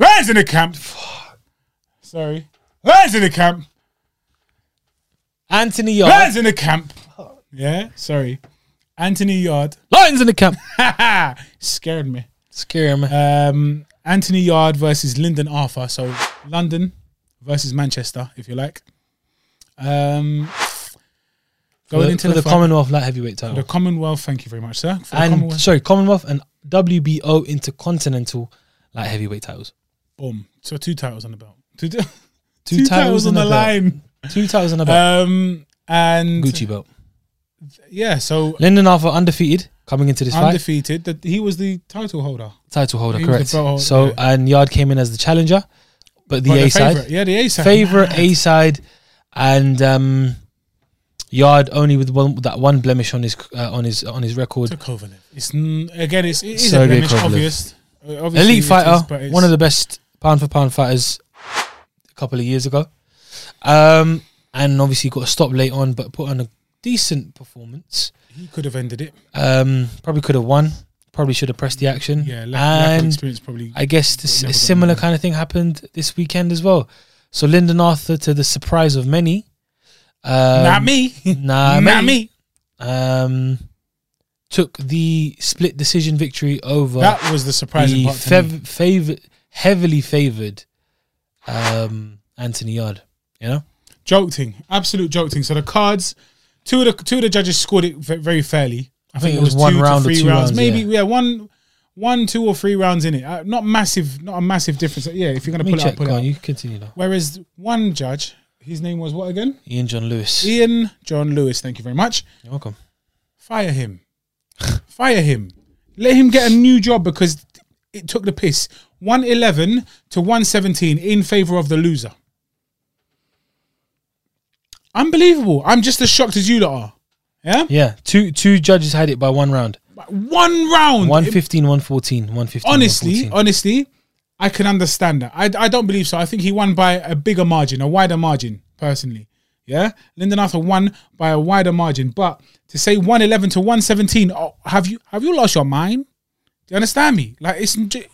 Speaker 2: Lions in the camp. Sorry, Lions in the camp.
Speaker 1: Anthony Yard.
Speaker 2: Lions in the camp. Yeah, sorry, Anthony Yard.
Speaker 1: Lions in the camp.
Speaker 2: Scared me.
Speaker 1: Scary man.
Speaker 2: Um, Anthony Yard versus Lyndon Arthur. So London versus Manchester, if you like. Um,
Speaker 1: for,
Speaker 2: going into
Speaker 1: for the,
Speaker 2: fight-
Speaker 1: Commonwealth light heavyweight
Speaker 2: the
Speaker 1: title.
Speaker 2: Commonwealth. Thank you very much, sir. For the
Speaker 1: And
Speaker 2: Commonwealth.
Speaker 1: sorry, Commonwealth and WBO intercontinental light heavyweight titles.
Speaker 2: Boom. So two titles on the belt. Two, two
Speaker 1: Two,
Speaker 2: titles on the line.
Speaker 1: line. Two titles on the belt.
Speaker 2: Um, and
Speaker 1: Gucci belt.
Speaker 2: yeah, so
Speaker 1: Lyndon Arthur undefeated coming into this fight.
Speaker 2: undefeated. That he was the title holder,
Speaker 1: Title holder,
Speaker 2: He was the
Speaker 1: correct.
Speaker 2: belt holder,
Speaker 1: so
Speaker 2: yeah.
Speaker 1: and Yard came in as the challenger, but the
Speaker 2: But
Speaker 1: A side.
Speaker 2: favorite. Yeah, the A side.
Speaker 1: favorite A side, and um, Yard only with one that one blemish on his uh, on his on his record.
Speaker 2: to Kovalev. It's n- again, it's it is
Speaker 1: Sergey
Speaker 2: a blemish,
Speaker 1: Kovalev.
Speaker 2: obvious. Uh, obviously it
Speaker 1: Elite
Speaker 2: is,
Speaker 1: fighter,
Speaker 2: but it's-
Speaker 1: one of the best pound for pound fighters a couple of years ago, um, and obviously got a stop late on, but put on a decent performance.
Speaker 2: he could have ended it.
Speaker 1: Um, probably could have won. Probably should have pressed the action.
Speaker 2: Yeah, lack, lack of
Speaker 1: and
Speaker 2: experience probably.
Speaker 1: I guess this
Speaker 2: Never
Speaker 1: a
Speaker 2: got
Speaker 1: similar
Speaker 2: anywhere.
Speaker 1: kind of thing happened this weekend as well. So Lyndon Arthur, to the surprise of many, um,
Speaker 2: Not me.
Speaker 1: nah,
Speaker 2: Not
Speaker 1: many-
Speaker 2: me.
Speaker 1: um, took the split decision victory over
Speaker 2: That was the surprising
Speaker 1: the
Speaker 2: part. To me.
Speaker 1: fev- fav- heavily favoured um, Anthony Yard. You know,
Speaker 2: Jolting, absolute jolting. So the cards, two of the two of the judges scored it ve- very fairly. I,
Speaker 1: think it was one round or two rounds,
Speaker 2: maybe
Speaker 1: yeah.
Speaker 2: yeah. one, one, two or three rounds in it. Uh, not massive, not a massive difference. Yeah, if you're gonna
Speaker 1: let me
Speaker 2: pull it up,
Speaker 1: check.
Speaker 2: pull it
Speaker 1: Go on,
Speaker 2: up.
Speaker 1: you continue now.
Speaker 2: Whereas one judge, his name was what again?
Speaker 1: Ian John Lewis.
Speaker 2: Ian John Lewis. Thank you very much.
Speaker 1: You're welcome.
Speaker 2: Fire him, fire him. Let him get a new job because it took the piss. One eleven to one seventeen in favor of the loser. Unbelievable. I'm just as shocked as you lot are. Yeah?
Speaker 1: Yeah, two two judges had it by one round.
Speaker 2: One round.
Speaker 1: 115, 114, 115.
Speaker 2: honestly,
Speaker 1: 114.
Speaker 2: honestly, I can understand that. I, I don't believe so. I think he won by a bigger margin, a wider margin, personally. Yeah? Lyndon Arthur won by a wider margin. But to say 111 to 117, oh, have you have you lost your mind? Do you understand me? Like, it's j-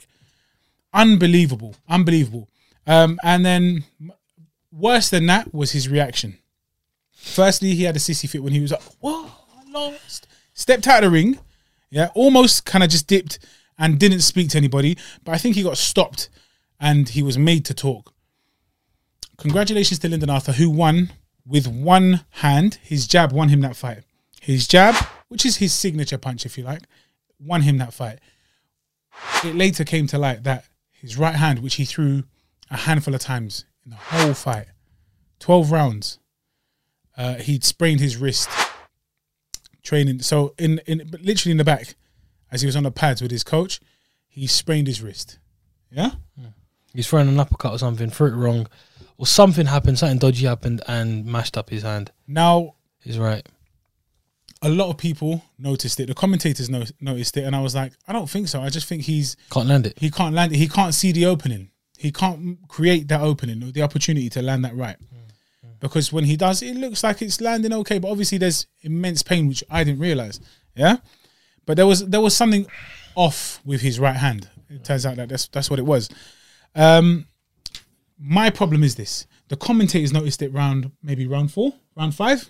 Speaker 2: unbelievable. Unbelievable. Um, and then worse than that was his reaction. Firstly, he had a sissy fit when he was like, "What? I lost." Stepped out of the ring, yeah, almost kind of just dipped and didn't speak to anybody. But I think he got stopped and he was made to talk. Congratulations to Lyndon Arthur, who won with one hand. His jab won him that fight. His jab, which is his signature punch, if you like, won him that fight. It later came to light that his right hand, which he threw a handful of times in the whole fight, 12 rounds, uh, he'd sprained his wrist training. So in in but literally in the back, as he was on the pads with his coach, he sprained his wrist. Yeah,
Speaker 1: He's throwing an uppercut or something, threw it wrong, or something happened, something dodgy happened, and mashed up his hand.
Speaker 2: Now,
Speaker 1: He's right.
Speaker 2: a lot of people noticed it. The commentators no- noticed it, and I was like, I don't think so. I just think he's
Speaker 1: Can't land it.
Speaker 2: he can't land it. He can't see the opening. He can't create that opening or the opportunity to land that right. Because when he does, it looks like it's landing okay, but obviously there's immense pain, which I didn't realize. Yeah, but there was there was something off with his right hand. It turns out that that's that's what it was. Um, my problem is this: the commentators noticed it round maybe round four, round five.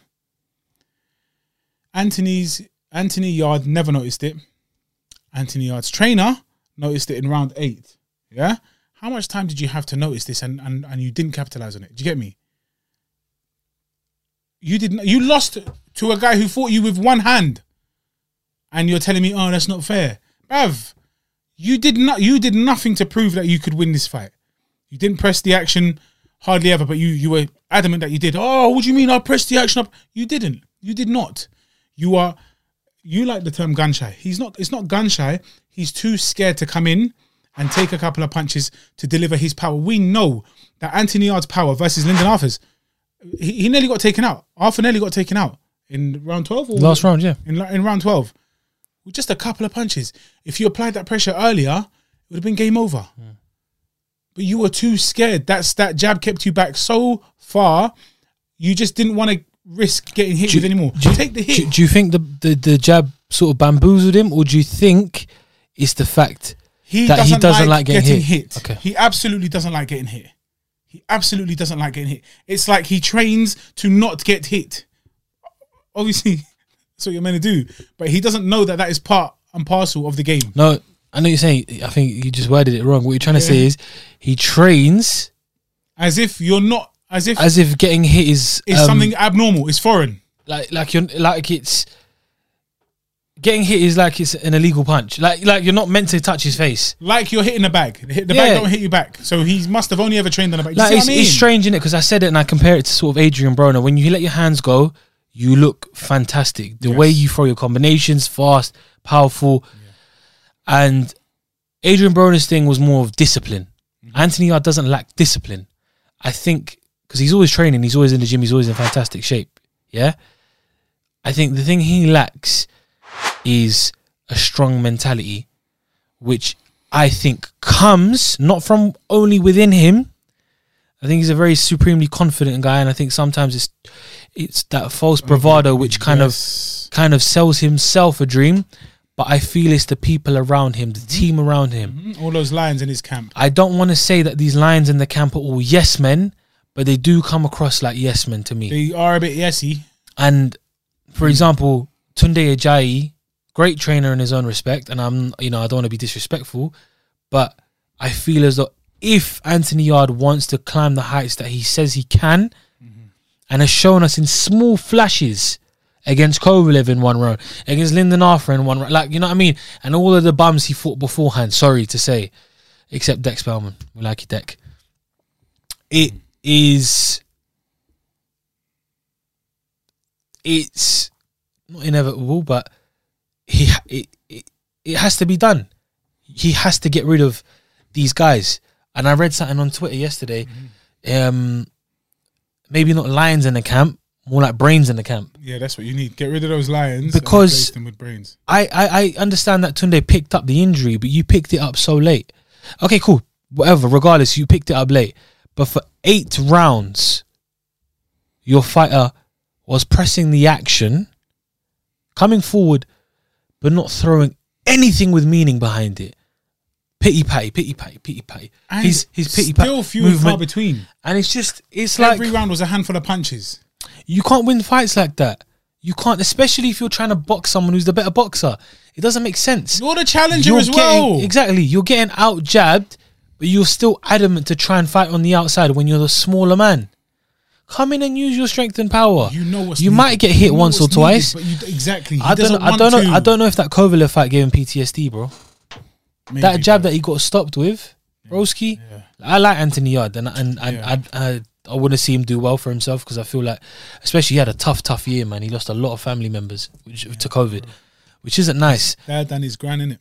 Speaker 2: Anthony's Anthony Yard never noticed it. Anthony Yard's trainer noticed it in round eight. Yeah? How much time did you have to notice this and, and, and you didn't capitalize on it? Do you get me? You didn't you lost to a guy who fought you with one hand. And you're telling me, oh, that's not fair. Bruv, you did not you did nothing to prove that you could win this fight. You didn't press the action hardly ever, but you you were adamant that you did. Oh, what do you mean I pressed the action up? You didn't. You did not. You are you like the term gun shy. He's not. It's not gun shy. He's too scared to come in and take a couple of punches to deliver his power. We know that Anthony Yard's power versus Lyndon Arthur's. He, he nearly got taken out. Arthur nearly got taken out in round twelve or
Speaker 1: Last round, yeah.
Speaker 2: in, in round 12 with just a couple of punches. If you applied that pressure earlier, it would have been game over.
Speaker 1: Hmm.
Speaker 2: But you were too scared. That's that jab kept you back so far. You just didn't want to risk getting hit with anymore. Take the hit.
Speaker 1: Do, do you think the, the the jab sort of bamboozled him, or do you think it's the fact
Speaker 2: he
Speaker 1: that
Speaker 2: doesn't,
Speaker 1: he doesn't
Speaker 2: like,
Speaker 1: like getting
Speaker 2: getting
Speaker 1: hit.
Speaker 2: hit.
Speaker 1: Okay.
Speaker 2: He absolutely doesn't like getting hit. He absolutely doesn't like getting hit. It's like he trains to not get hit. Obviously, that's what you're meant to do. But he doesn't know that that is part and parcel of the game.
Speaker 1: No, I know you're saying. I think you just worded it wrong. What you're trying to say is he trains
Speaker 2: As if you're not. As if
Speaker 1: as if getting hit is
Speaker 2: it's
Speaker 1: um,
Speaker 2: something abnormal. It's foreign.
Speaker 1: like like you're like it's getting hit is like it's an illegal punch. Like like you're not meant to touch his face.
Speaker 2: Like you're hitting a bag. The hit- the
Speaker 1: Yeah.
Speaker 2: bag don't hit you back. So he must have only ever trained on a bag. You
Speaker 1: Like
Speaker 2: see
Speaker 1: it's,
Speaker 2: what I mean?
Speaker 1: it's strange in it because I said it and I compare it to sort of Adrian Broner. When you let your hands go, you look fantastic. The way you throw your combinations, fast, powerful, and Adrian Broner's thing was more of discipline.
Speaker 2: Mm-hmm.
Speaker 1: Anthony Yard doesn't lack discipline. I think because he's always training, he's always in the gym, he's always in fantastic shape. Yeah, I think the thing he lacks is a strong mentality, which I think comes not from only within him. I think he's a very supremely confident guy, and I think sometimes it's it's that false bravado which kind
Speaker 2: Yes.
Speaker 1: of kind of sells himself a dream. But I feel it's the people around him, the team around him.
Speaker 2: All those lions in his camp.
Speaker 1: I don't want to say that these lions in the camp are all yes men, but they do come across like yes men to me.
Speaker 2: They are a bit yesy.
Speaker 1: And for example, Tunde Ajayi, great trainer in his own respect, and I'm you know I don't want to be disrespectful, but I feel as though if Anthony Yard wants to climb the heights that he says he can, and has shown us in small flashes against Kovalev in one round, against Lyndon Arthur in one round, like you know what I mean, and all of the bums he fought beforehand. Sorry to say, except Dex Bellman, we like you, Deck. It is it's not inevitable, but he it, it it has to be done. He has to get rid of these guys. And I read something on Twitter yesterday. Um, maybe not lions in the camp, more like brains in the camp.
Speaker 2: Yeah, that's what you need. Get rid of those lions. and
Speaker 1: Because-
Speaker 2: replace them with brains.
Speaker 1: I, I I understand that Tunde picked up the injury, but you picked it up so late. Okay, cool. Whatever. Regardless, you picked it up late. But for eight rounds, your fighter was pressing the action, coming forward, but not throwing anything with meaning behind it. Pity patty, pity patty, pity patty.
Speaker 2: And
Speaker 1: His his pity
Speaker 2: still
Speaker 1: patty
Speaker 2: few and far
Speaker 1: movement,
Speaker 2: between.
Speaker 1: and it's just it's like
Speaker 2: Every round was a handful of punches.
Speaker 1: you can't win fights like that. You can't, especially if you're trying to box someone who's the better boxer. It doesn't make sense.
Speaker 2: You're the challenger as
Speaker 1: getting,
Speaker 2: well.
Speaker 1: Exactly. You're getting out jabbed, but you're still adamant to try and fight on the outside when you're the smaller man. Come in and use your strength and power.
Speaker 2: You know what's
Speaker 1: You
Speaker 2: needed.
Speaker 1: might get hit
Speaker 2: You know
Speaker 1: once or
Speaker 2: what's
Speaker 1: twice.
Speaker 2: needed, but you, exactly. He
Speaker 1: I don't.
Speaker 2: doesn't
Speaker 1: I
Speaker 2: want
Speaker 1: don't know.
Speaker 2: to.
Speaker 1: I don't know if that Kovalev fight gave him PTSD, bro.
Speaker 2: Maybe,
Speaker 1: that jab
Speaker 2: but
Speaker 1: that he got stopped with, Broski. I like Anthony Yard, and and and
Speaker 2: Yeah.
Speaker 1: I, I I want to see him do well for himself because I feel like, especially he had a tough, tough year, man. He lost a lot of family members which, to COVID, which isn't nice.
Speaker 2: Dad and his gran in it.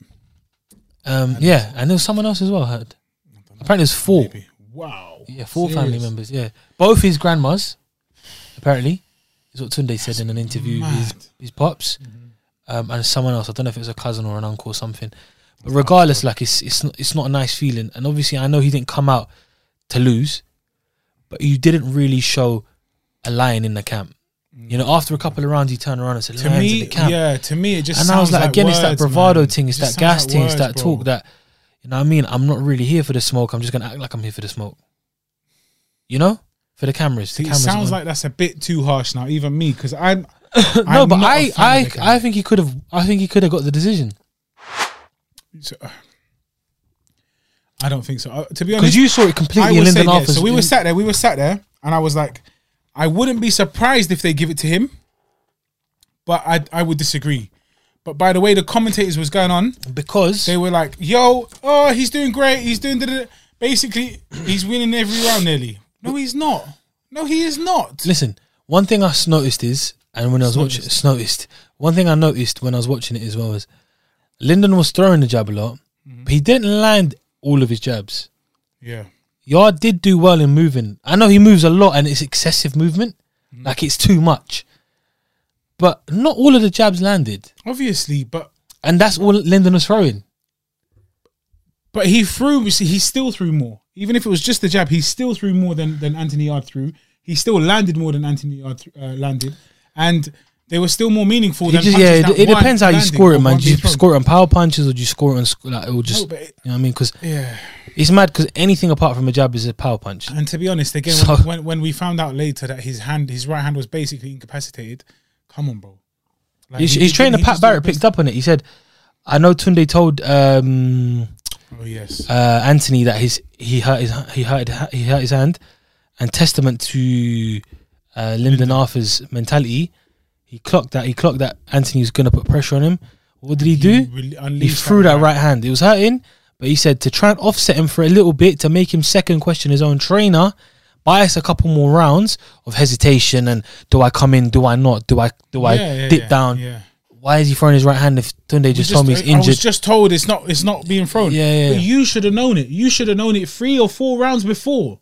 Speaker 1: Um, yeah, and there was someone else as well. I heard. I, Apparently, it's four.
Speaker 2: Wow.
Speaker 1: Yeah, four
Speaker 2: Serious?
Speaker 1: family members. Yeah, both his grandmas. Apparently, is what Tunde said in an interview. with His
Speaker 2: mad. Mm-hmm.
Speaker 1: his pops, um, and someone else. I don't know if it was a cousin or an uncle or something. But regardless, like it's it's not, it's not a nice feeling. And obviously, I know he didn't come out to lose, but you didn't really show a lion in the camp. You know, after a couple of rounds, he turned around and said,
Speaker 2: Mm. To
Speaker 1: "Lions
Speaker 2: me,
Speaker 1: in the camp."
Speaker 2: yeah. To me, it just
Speaker 1: and
Speaker 2: sounds
Speaker 1: I was like, again, it's that
Speaker 2: words,
Speaker 1: bravado
Speaker 2: man.
Speaker 1: thing, it's
Speaker 2: It just
Speaker 1: that
Speaker 2: sounds
Speaker 1: gas thing, it's
Speaker 2: words,
Speaker 1: that
Speaker 2: bro.
Speaker 1: talk that, you know what I mean? I'm not really here for the smoke. I'm just going to act like I'm here for the smoke. You know? For the cameras.
Speaker 2: See,
Speaker 1: the
Speaker 2: it
Speaker 1: cameras
Speaker 2: sounds
Speaker 1: on.
Speaker 2: like that's a bit too harsh now, even me, because I'm.
Speaker 1: no,
Speaker 2: I'm
Speaker 1: but
Speaker 2: not a
Speaker 1: I,
Speaker 2: fan
Speaker 1: I,
Speaker 2: of the
Speaker 1: I think he could have, I think he could have got the decision.
Speaker 2: So, uh, I don't think so. Uh, to be honest,
Speaker 1: Because you saw it
Speaker 2: I
Speaker 1: completely in
Speaker 2: would say
Speaker 1: Lyndon
Speaker 2: yes.
Speaker 1: Arthur's.
Speaker 2: So we were sat there, we were sat there, and I was like, I wouldn't be surprised if they give it to him, but I I would disagree. But by the way, the commentators was going on.
Speaker 1: because,
Speaker 2: They were like, "Yo, oh, he's doing great. He's doing da-da-da." basically he's winning every round nearly." No, he's not. No, he is not.
Speaker 1: listen, one thing I s- noticed is, and when I was watching, s- noticed, one thing I noticed when I was watching it as well was, Lyndon was throwing the jab a lot,
Speaker 2: Mm-hmm.
Speaker 1: but he didn't land all of his jabs.
Speaker 2: Yeah,
Speaker 1: Yard did do well in moving. I know he moves a lot and it's excessive movement.
Speaker 2: Mm.
Speaker 1: Like it's too much. But not all of the jabs landed.
Speaker 2: obviously, but
Speaker 1: And that's all Lyndon was throwing.
Speaker 2: But he threw. you See, he still threw more. Even if it was just the jab, he still threw more than than Anthony Yard threw. He still landed more than Anthony Yard th- uh, landed, and they were still more meaningful.
Speaker 1: It
Speaker 2: Than
Speaker 1: just,
Speaker 2: punches
Speaker 1: yeah, it,
Speaker 2: that
Speaker 1: it
Speaker 2: one
Speaker 1: depends how you
Speaker 2: landing
Speaker 1: score it,
Speaker 2: or
Speaker 1: man.
Speaker 2: one
Speaker 1: Do you
Speaker 2: being thrown.
Speaker 1: score it on power punches or do you score it on sc- like it will just
Speaker 2: No, but it-
Speaker 1: you know what I mean? Because
Speaker 2: Yeah,
Speaker 1: it's mad because anything apart from a jab is a power punch.
Speaker 2: and to be honest, again,
Speaker 1: So-
Speaker 2: when, when when we found out later that his hand, his right hand was basically incapacitated. Come on, bro. Like,
Speaker 1: He's,
Speaker 2: he
Speaker 1: he's
Speaker 2: just-
Speaker 1: trained.
Speaker 2: he
Speaker 1: Pat
Speaker 2: just did the
Speaker 1: Barrett
Speaker 2: best-
Speaker 1: picked up on it. He said, "I know Tunde told um,
Speaker 2: Oh yes,
Speaker 1: uh, Anthony that his he hurt his he hurt he hurt his hand, and testament to uh, Lyndon Arthur's mentality, he clocked that he clocked that Anthony was going to put pressure on him. What did he, do?
Speaker 2: really
Speaker 1: He
Speaker 2: unleashed
Speaker 1: threw that right hand. It was hurting, but he said to try and offset him for a little bit to make him second question his own trainer. Bias a couple more rounds of hesitation and do I come in? Do I not? Do I do I
Speaker 2: Yeah, yeah,
Speaker 1: dip
Speaker 2: yeah,
Speaker 1: down?
Speaker 2: Yeah.
Speaker 1: Why is he throwing his right hand if Tunde just, told me he's
Speaker 2: I was
Speaker 1: injured?
Speaker 2: just told it's not it's not being thrown.
Speaker 1: Yeah, yeah,
Speaker 2: But
Speaker 1: yeah.
Speaker 2: you should have known it. You should have known it three or four rounds before.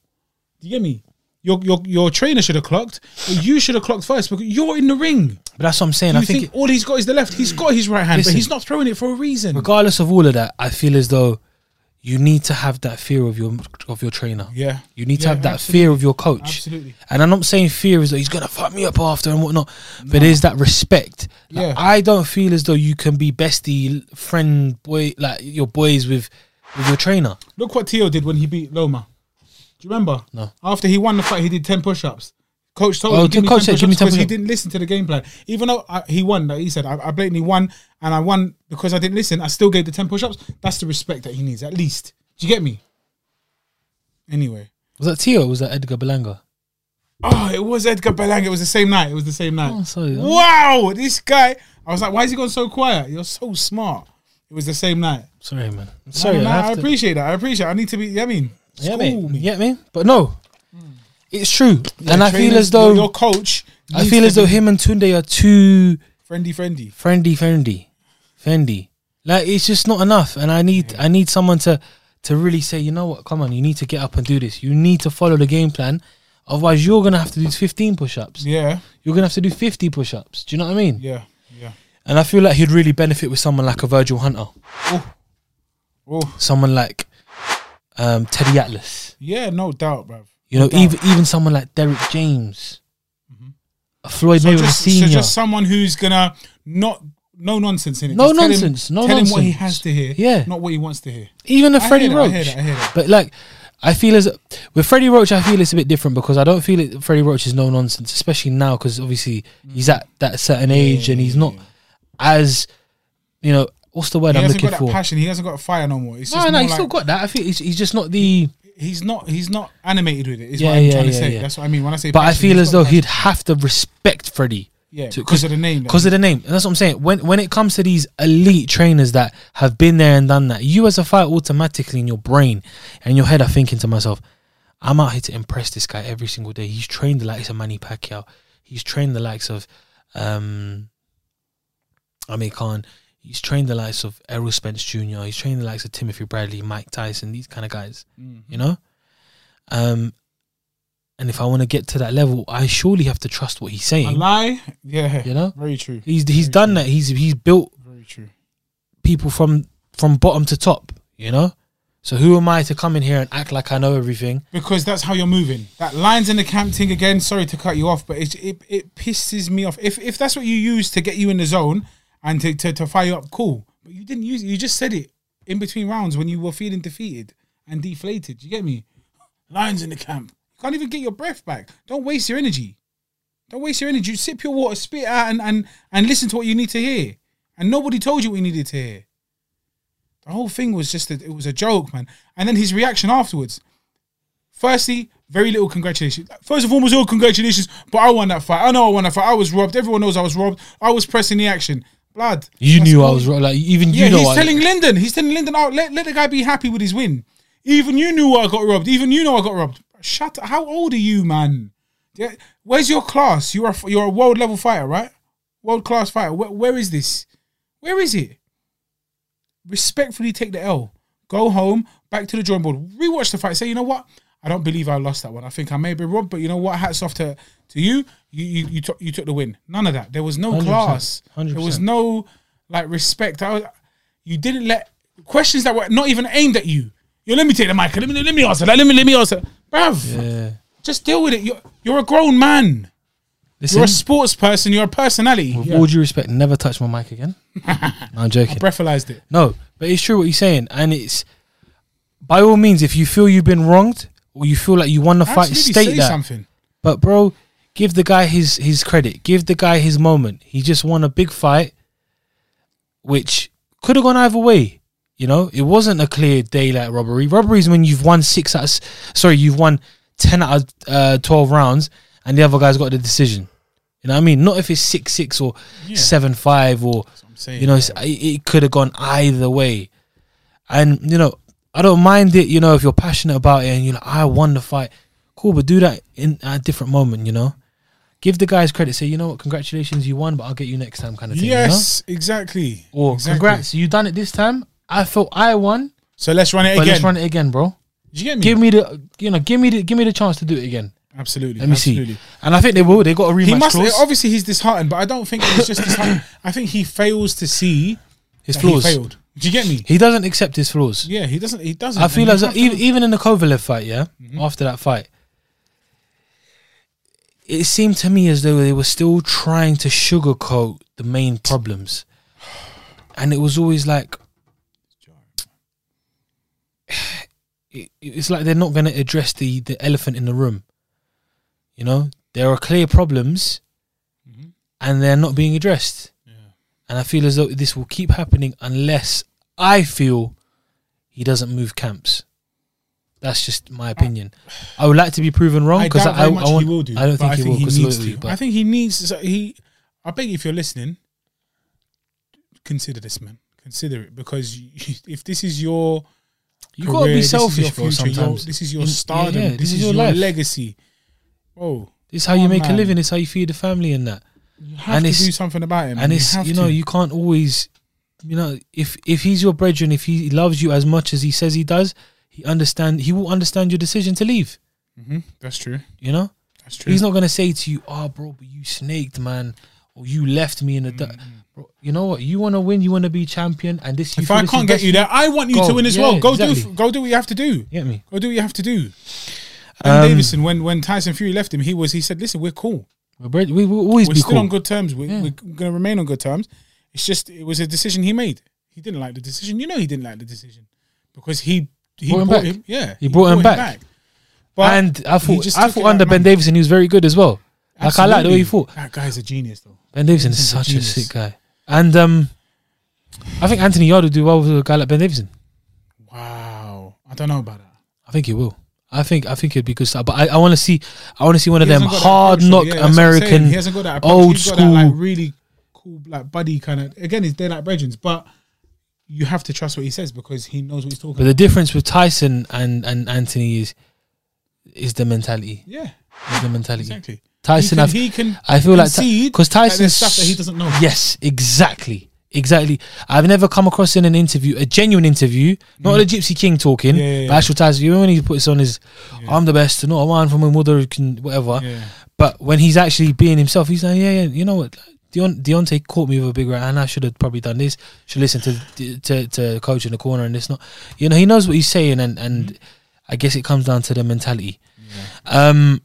Speaker 2: Do you get me? Your your your trainer should have clocked, but you should have clocked first because you're in the ring.
Speaker 1: But that's what I'm saying.
Speaker 2: You
Speaker 1: I think
Speaker 2: think, all he's got is the left. He's got his right hand,
Speaker 1: Listen.
Speaker 2: but he's not throwing it for a reason.
Speaker 1: regardless of all of that, I feel as though you need to have that fear of your of your trainer.
Speaker 2: Yeah.
Speaker 1: You need to
Speaker 2: Yeah,
Speaker 1: have that
Speaker 2: absolutely.
Speaker 1: fear of your coach.
Speaker 2: Absolutely.
Speaker 1: And I'm not saying fear is that he's gonna fuck me up after and whatnot, but there's that respect. Like,
Speaker 2: Yeah.
Speaker 1: I don't feel as though you can be bestie friend boy like your boys with with your trainer.
Speaker 2: Look what Tio did when he beat Loma. Do you remember?
Speaker 1: No.
Speaker 2: After he won the fight, he did ten push-ups. Coach told
Speaker 1: Oh,
Speaker 2: him, "Give me
Speaker 1: coach
Speaker 2: ten
Speaker 1: said, "Give me
Speaker 2: push-ups,"
Speaker 1: 10
Speaker 2: because he
Speaker 1: push-ups.
Speaker 2: didn't listen to the game plan. Even though I, he won, like he said, I, I blatantly won, and I won because I didn't listen. I still gave the ten push-ups. That's the respect that he needs, at least. Do you get me? Anyway,
Speaker 1: Was that Tio or was that Edgar Belanga?
Speaker 2: oh, it was Edgar Belang. It was the same night. It was the same night.
Speaker 1: Oh, sorry.
Speaker 2: Wow, this guy. I was like, why is he gone so quiet? You're so smart. It was the same night.
Speaker 1: Sorry, man. I'm
Speaker 2: No,
Speaker 1: sorry,
Speaker 2: no, no,
Speaker 1: I
Speaker 2: I,
Speaker 1: have to-
Speaker 2: appreciate that. I appreciate. I need to be. You know what I mean,
Speaker 1: Yeah,
Speaker 2: School
Speaker 1: mate.
Speaker 2: me.
Speaker 1: Yeah, mate. But no. It's true. and
Speaker 2: Like,
Speaker 1: I feel
Speaker 2: trainers,
Speaker 1: as though
Speaker 2: Mm. your, your coach.
Speaker 1: I
Speaker 2: needs
Speaker 1: feel
Speaker 2: to
Speaker 1: as though
Speaker 2: be
Speaker 1: him and Tunde are too
Speaker 2: friendly, friendly.
Speaker 1: friendly, friendly, friendly. Like it's just not enough, and I need I need someone to to really say, you know what, come on, you need to get up and do this. You need to follow the game plan, otherwise you're gonna have to do 15 push-ups.
Speaker 2: Yeah,
Speaker 1: You're gonna have to do 50 push-ups. Do you know what I mean?
Speaker 2: yeah, yeah.
Speaker 1: And I feel like he'd really benefit with someone like a Virgil Hunter,
Speaker 2: Oh,
Speaker 1: someone like um, Teddy Atlas.
Speaker 2: yeah, no doubt, bruv.
Speaker 1: You know, even even someone like Derek James, a Floyd Mayweather
Speaker 2: Just, so
Speaker 1: Senior.
Speaker 2: just someone who's gonna not no nonsense in it.
Speaker 1: No
Speaker 2: Just tell him-
Speaker 1: nonsense, no
Speaker 2: tell him what he
Speaker 1: nonsense.
Speaker 2: has to hear.
Speaker 1: Yeah.
Speaker 2: not what he wants to hear.
Speaker 1: even a
Speaker 2: I
Speaker 1: Freddie
Speaker 2: hear that, I
Speaker 1: Roach.
Speaker 2: hear that, I hear that.
Speaker 1: But like, I feel as with Freddie Roach, I feel it's a bit different because I don't feel it. Freddie Roach is no nonsense, especially now because obviously he's at that certain age and he's not as you know what's the word
Speaker 2: He
Speaker 1: I'm
Speaker 2: hasn't
Speaker 1: looking
Speaker 2: got that
Speaker 1: for.
Speaker 2: passion. He hasn't got fire no more. It's
Speaker 1: No,
Speaker 2: just
Speaker 1: no,
Speaker 2: more
Speaker 1: he's
Speaker 2: like,
Speaker 1: still got that. I feel he's, he's just not the.
Speaker 2: He's not. He's not animated with it. Is
Speaker 1: Yeah,
Speaker 2: what I'm
Speaker 1: yeah,
Speaker 2: trying to
Speaker 1: yeah,
Speaker 2: say.
Speaker 1: yeah.
Speaker 2: That's what I mean when I say.
Speaker 1: But I
Speaker 2: passion,
Speaker 1: feel
Speaker 2: he's
Speaker 1: as
Speaker 2: got
Speaker 1: though
Speaker 2: passion.
Speaker 1: he'd have to respect Freddie.
Speaker 2: Yeah, because of the name,
Speaker 1: Because of the name, and that's what I'm saying. When when it comes to these elite trainers that have been there and done that, you as a fighter automatically in your brain and your head are thinking to myself, I'm out here to impress this guy every single day. He's trained the likes of Manny Pacquiao. He's trained the likes of um, Amir Khan. He's trained the likes of Errol Spence Jr. He's trained the likes of Timothy Bradley, Mike Tyson, these kind of guys. You know, um, and if I want to get to that level, I surely have to trust what he's
Speaker 2: A
Speaker 1: saying.
Speaker 2: lie? Yeah.
Speaker 1: You know?
Speaker 2: Very true.
Speaker 1: He's he's done that. He's he's built
Speaker 2: Very true.
Speaker 1: people from from bottom to top. You know, so who am I to come in here and act like I know everything?
Speaker 2: Because that's how you're moving. That lines in the camp thing again. Sorry to cut you off, but it it, it pisses me off. If if that's what you use to get you in the zone and to, to, to fire you up, cool. But you didn't use it. You just said it in between rounds when you were feeling defeated and deflated. You get me? Lines in the camp. You can't even get your breath back. Don't waste your energy. Don't waste your energy. Sip your water, spit it out, and and and listen to what you need to hear. And nobody told you what you needed to hear. The whole thing was just that it was a joke, man. And then his reaction afterwards. Firstly, very little congratulations. First and foremost, all congratulations, but I won that fight. I know I won that fight. I was robbed. Everyone knows I was robbed. I was pressing the action. Blood.
Speaker 1: You
Speaker 2: That's
Speaker 1: knew I
Speaker 2: all-
Speaker 1: was wrong. Like even
Speaker 2: Yeah,
Speaker 1: you know.
Speaker 2: he's
Speaker 1: I-
Speaker 2: telling Linden. He's telling Linden, oh, let, let the guy be happy with his win. Even you knew I got robbed. Even you know I got robbed. Shut up. How old are you, man? Yeah, Where's your class? You're a, f- you're a world level fighter, right? World class fighter. Where, where is this? Where is it? Respectfully take the L. Go home, back to the drawing board. Rewatch the fight. Say, you know what? I don't believe I lost that one. I think I may be robbed, but you know what? Hats off to, to you. You you you took you took the win. None of that. There was no
Speaker 1: 100%,
Speaker 2: class. There was
Speaker 1: 100%.
Speaker 2: no like respect. I was, you didn't let questions that were not even aimed at you. Yo, let me take the mic. Let me let me answer that. Let me let me answer, bruv.
Speaker 1: Yeah.
Speaker 2: Just deal with it. You're you're a grown man. You're
Speaker 1: Listen,
Speaker 2: a sports person. You're a personality.
Speaker 1: with
Speaker 2: Yeah.
Speaker 1: all due respect, never touch my mic again. No, I'm joking.
Speaker 2: Breathalyzed it.
Speaker 1: No, but it's true what you're saying, and it's by all means, if you feel you've been wronged or you feel like you won the fight,
Speaker 2: Absolutely say
Speaker 1: state that.
Speaker 2: something.
Speaker 1: But bro, give the guy his his credit. Give the guy his moment. He just won a big fight, which could have gone either way. You know, it wasn't a clear daylight robbery. Robbery is when you've won six out. Of, s- sorry, you've won ten out of uh, twelve rounds, and the other guy's got the decision. You know what I mean? Not if it's six six or seven five or
Speaker 2: I'm saying.
Speaker 1: you know, it's, it, it could have gone either way. And, you know, I don't mind it, you know, if you're passionate about it and you're like, I won the fight. Cool, but do that in at a different moment, you know? Give the guys credit. Say, you know what, congratulations, you won, but I'll get you next time kind of thing. you know?
Speaker 2: yes, exactly.
Speaker 1: Or
Speaker 2: exactly.
Speaker 1: congrats, you done it this time. I felt I won,
Speaker 2: So let's run it
Speaker 1: but
Speaker 2: again.
Speaker 1: let's run it again, bro.
Speaker 2: Did you get me?
Speaker 1: Give me the you know, give me the give me the chance to do it again.
Speaker 2: absolutely.
Speaker 1: Let me
Speaker 2: absolutely.
Speaker 1: see. And I think they will. They got a rematch
Speaker 2: He must
Speaker 1: clause.
Speaker 2: obviously he's disheartened, but I don't think he's just disheartened. I think he fails to see
Speaker 1: his
Speaker 2: that he
Speaker 1: flaws.
Speaker 2: failed. Do you get me?
Speaker 1: He doesn't accept his flaws.
Speaker 2: Yeah, he doesn't. He doesn't.
Speaker 1: I
Speaker 2: And
Speaker 1: feel
Speaker 2: you
Speaker 1: as
Speaker 2: have
Speaker 1: though
Speaker 2: to-
Speaker 1: even, even in the Kovalev fight, yeah, after that fight, it seemed to me as though they were still trying to sugarcoat the main problems, and it was always like, it, it's like they're not going to address the the elephant in the room. You know, there are clear problems, and they're not being addressed. And I feel as though this will keep happening unless I feel he doesn't move camps. That's just my opinion. I would like to be proven wrong
Speaker 2: I
Speaker 1: because
Speaker 2: doubt
Speaker 1: I, I,
Speaker 2: very much
Speaker 1: want-
Speaker 2: he will do.
Speaker 1: I don't
Speaker 2: but
Speaker 1: think he will. 'cause
Speaker 2: needs
Speaker 1: loyalty,
Speaker 2: to.
Speaker 1: but-
Speaker 2: I think he needs. so He. I beg you, if you're listening, consider this, man. Consider it because you, if this is your
Speaker 1: you got to
Speaker 2: career,
Speaker 1: be
Speaker 2: this is your
Speaker 1: selfish, bro.
Speaker 2: future, your-
Speaker 1: Sometimes
Speaker 2: this is your
Speaker 1: In- yeah,
Speaker 2: stardom.
Speaker 1: yeah,
Speaker 2: this, is, your,
Speaker 1: life.
Speaker 2: legacy. Oh,
Speaker 1: This is how you
Speaker 2: on,
Speaker 1: make
Speaker 2: man.
Speaker 1: a living. It's how you feed the family and that.
Speaker 2: you have
Speaker 1: And
Speaker 2: to
Speaker 1: it's-
Speaker 2: do something about him.
Speaker 1: and it's
Speaker 2: have
Speaker 1: you know
Speaker 2: to.
Speaker 1: you can't always, you know, if if he's your brethren, if he loves you as much as he says he does, he understand. He will understand your decision to leave.
Speaker 2: That's true.
Speaker 1: You know,
Speaker 2: That's true.
Speaker 1: he's not gonna say to you, "Oh, bro, but you snaked, man." Or you left me in the dark. Bro, You know what? You want to win. You want to be champion, and this.
Speaker 2: Mm-hmm.
Speaker 1: You
Speaker 2: if
Speaker 1: feel
Speaker 2: I
Speaker 1: this
Speaker 2: can't
Speaker 1: is
Speaker 2: get
Speaker 1: best
Speaker 2: you there, I want you to
Speaker 1: Go.
Speaker 2: win as
Speaker 1: Yeah,
Speaker 2: well. Go do
Speaker 1: exactly.
Speaker 2: go do what you have to do.
Speaker 1: Get me? Um,
Speaker 2: Go do what you have to do. And Davison, when when Tyson Fury left him, he was he said, "Listen, we're cool.
Speaker 1: We're bred- we will always
Speaker 2: We're
Speaker 1: be
Speaker 2: still
Speaker 1: cool.
Speaker 2: on good terms. We're, we're going to remain on good terms." It's just it was a decision he made. He didn't like the decision. You know, he didn't like the decision because he he
Speaker 1: Brought him back.
Speaker 2: yeah,
Speaker 1: He brought him back.
Speaker 2: But
Speaker 1: and I
Speaker 2: he
Speaker 1: thought,
Speaker 2: just
Speaker 1: I
Speaker 2: took it
Speaker 1: thought
Speaker 2: out
Speaker 1: under
Speaker 2: of man.
Speaker 1: Ben Davison, he was very good as well. Like I like the way he
Speaker 2: Absolutely.
Speaker 1: fought.
Speaker 2: That guy's a genius, though.
Speaker 1: Ben Davison is
Speaker 2: Davison's a
Speaker 1: such a
Speaker 2: genius.
Speaker 1: sick guy, and um, I think Anthony Yard will do well with a guy like Ben Davison.
Speaker 2: Wow, I don't know about that.
Speaker 1: I think he will. I think I think it'd be good stuff. But I, I want to see I want to see one of
Speaker 2: He
Speaker 1: them
Speaker 2: hasn't got that
Speaker 1: hard
Speaker 2: approach, though.
Speaker 1: knock
Speaker 2: Yeah, that's what I'm saying.
Speaker 1: American
Speaker 2: He hasn't got that approach.
Speaker 1: old
Speaker 2: He's got that, like,
Speaker 1: school.
Speaker 2: really cool, like buddy kind of. Again, he's they're like brethrens, but you have to trust what he says because he knows what he's talking.
Speaker 1: But the difference with Tyson and and Anthony is is the mentality.
Speaker 2: about. Yeah,
Speaker 1: Is the mentality.
Speaker 2: exactly.
Speaker 1: Tyson,
Speaker 2: he
Speaker 1: I've-
Speaker 2: can, he can
Speaker 1: I feel like
Speaker 2: concede
Speaker 1: because
Speaker 2: that there's
Speaker 1: Tyson's
Speaker 2: stuff that he doesn't know.
Speaker 1: Yes, exactly, Exactly. I've never come across in an interview, a genuine interview, not the Gypsy King talking,
Speaker 2: Mm. Yeah, yeah,
Speaker 1: but
Speaker 2: yeah.
Speaker 1: actual times. You know when he puts on his, I'm the best, not a man from a mother who can, whatever.
Speaker 2: Yeah.
Speaker 1: But when he's actually being himself, he's like, yeah, yeah, you know what? Deon, Deontay caught me with a big right hand. I should have probably done this. Should listen to to to coach in the corner and this. Not, you know, he knows what he's saying, and and I guess it comes down to the mentality. Um,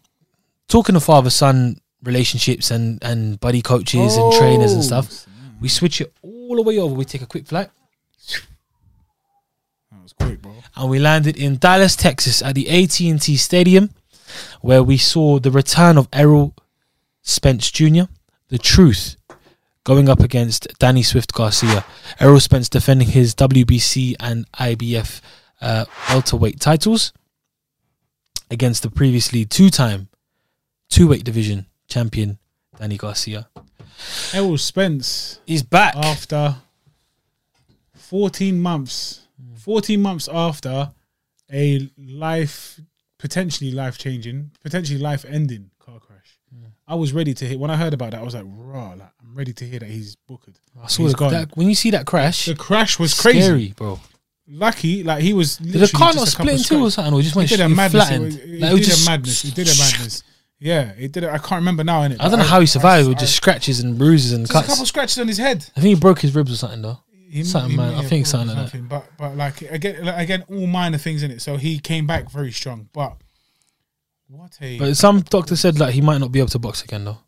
Speaker 1: talking of father son relationships and and buddy coaches and trainers and stuff, we switch it all the way over. We take a quick flight.
Speaker 2: That was quick, bro.
Speaker 1: and we landed in Dallas, Texas, at the AT&T Stadium, where we saw the return of Errol Spence Jr., the Truth, going up against Danny Swift Garcia. Errol Spence defending his WBC and IBF uh, welterweight titles against the previously two-time two-weight division champion Danny Garcia.
Speaker 2: Errol Spence
Speaker 1: He's back.
Speaker 2: after 14 months, 14 months after a life, potentially life changing, potentially life ending car crash. I was ready to hear, when I heard about that, I was like, raw, like, I'm ready to hear that he's booked.
Speaker 1: I saw
Speaker 2: He's
Speaker 1: the-
Speaker 2: gone.
Speaker 1: that- when you see that crash,
Speaker 2: The crash was crazy.
Speaker 1: scary, bro.
Speaker 2: Lucky, like, he was.
Speaker 1: Did the car
Speaker 2: literally
Speaker 1: not
Speaker 2: just a
Speaker 1: split
Speaker 2: couple
Speaker 1: in two or
Speaker 2: scratch-
Speaker 1: something, or just
Speaker 2: He
Speaker 1: went
Speaker 2: did
Speaker 1: straight
Speaker 2: a madness. It
Speaker 1: flattened?
Speaker 2: was- He
Speaker 1: Like, it was
Speaker 2: did a
Speaker 1: just-
Speaker 2: madness. He did a madness. Yeah, he did it. I can't remember now, innit?
Speaker 1: I don't know
Speaker 2: But
Speaker 1: how he survived with
Speaker 2: I-
Speaker 1: just scratches and bruises and
Speaker 2: Just a couple
Speaker 1: cuts.
Speaker 2: scratches on his head.
Speaker 1: I think he broke his ribs or something though.
Speaker 2: He-
Speaker 1: Something,
Speaker 2: he
Speaker 1: man.
Speaker 2: may
Speaker 1: I
Speaker 2: have broken
Speaker 1: think something like that.
Speaker 2: something, But but like again, like, again, all minor things in it. So he came back very strong. But what a
Speaker 1: But some doctor said like he might not be able to box again though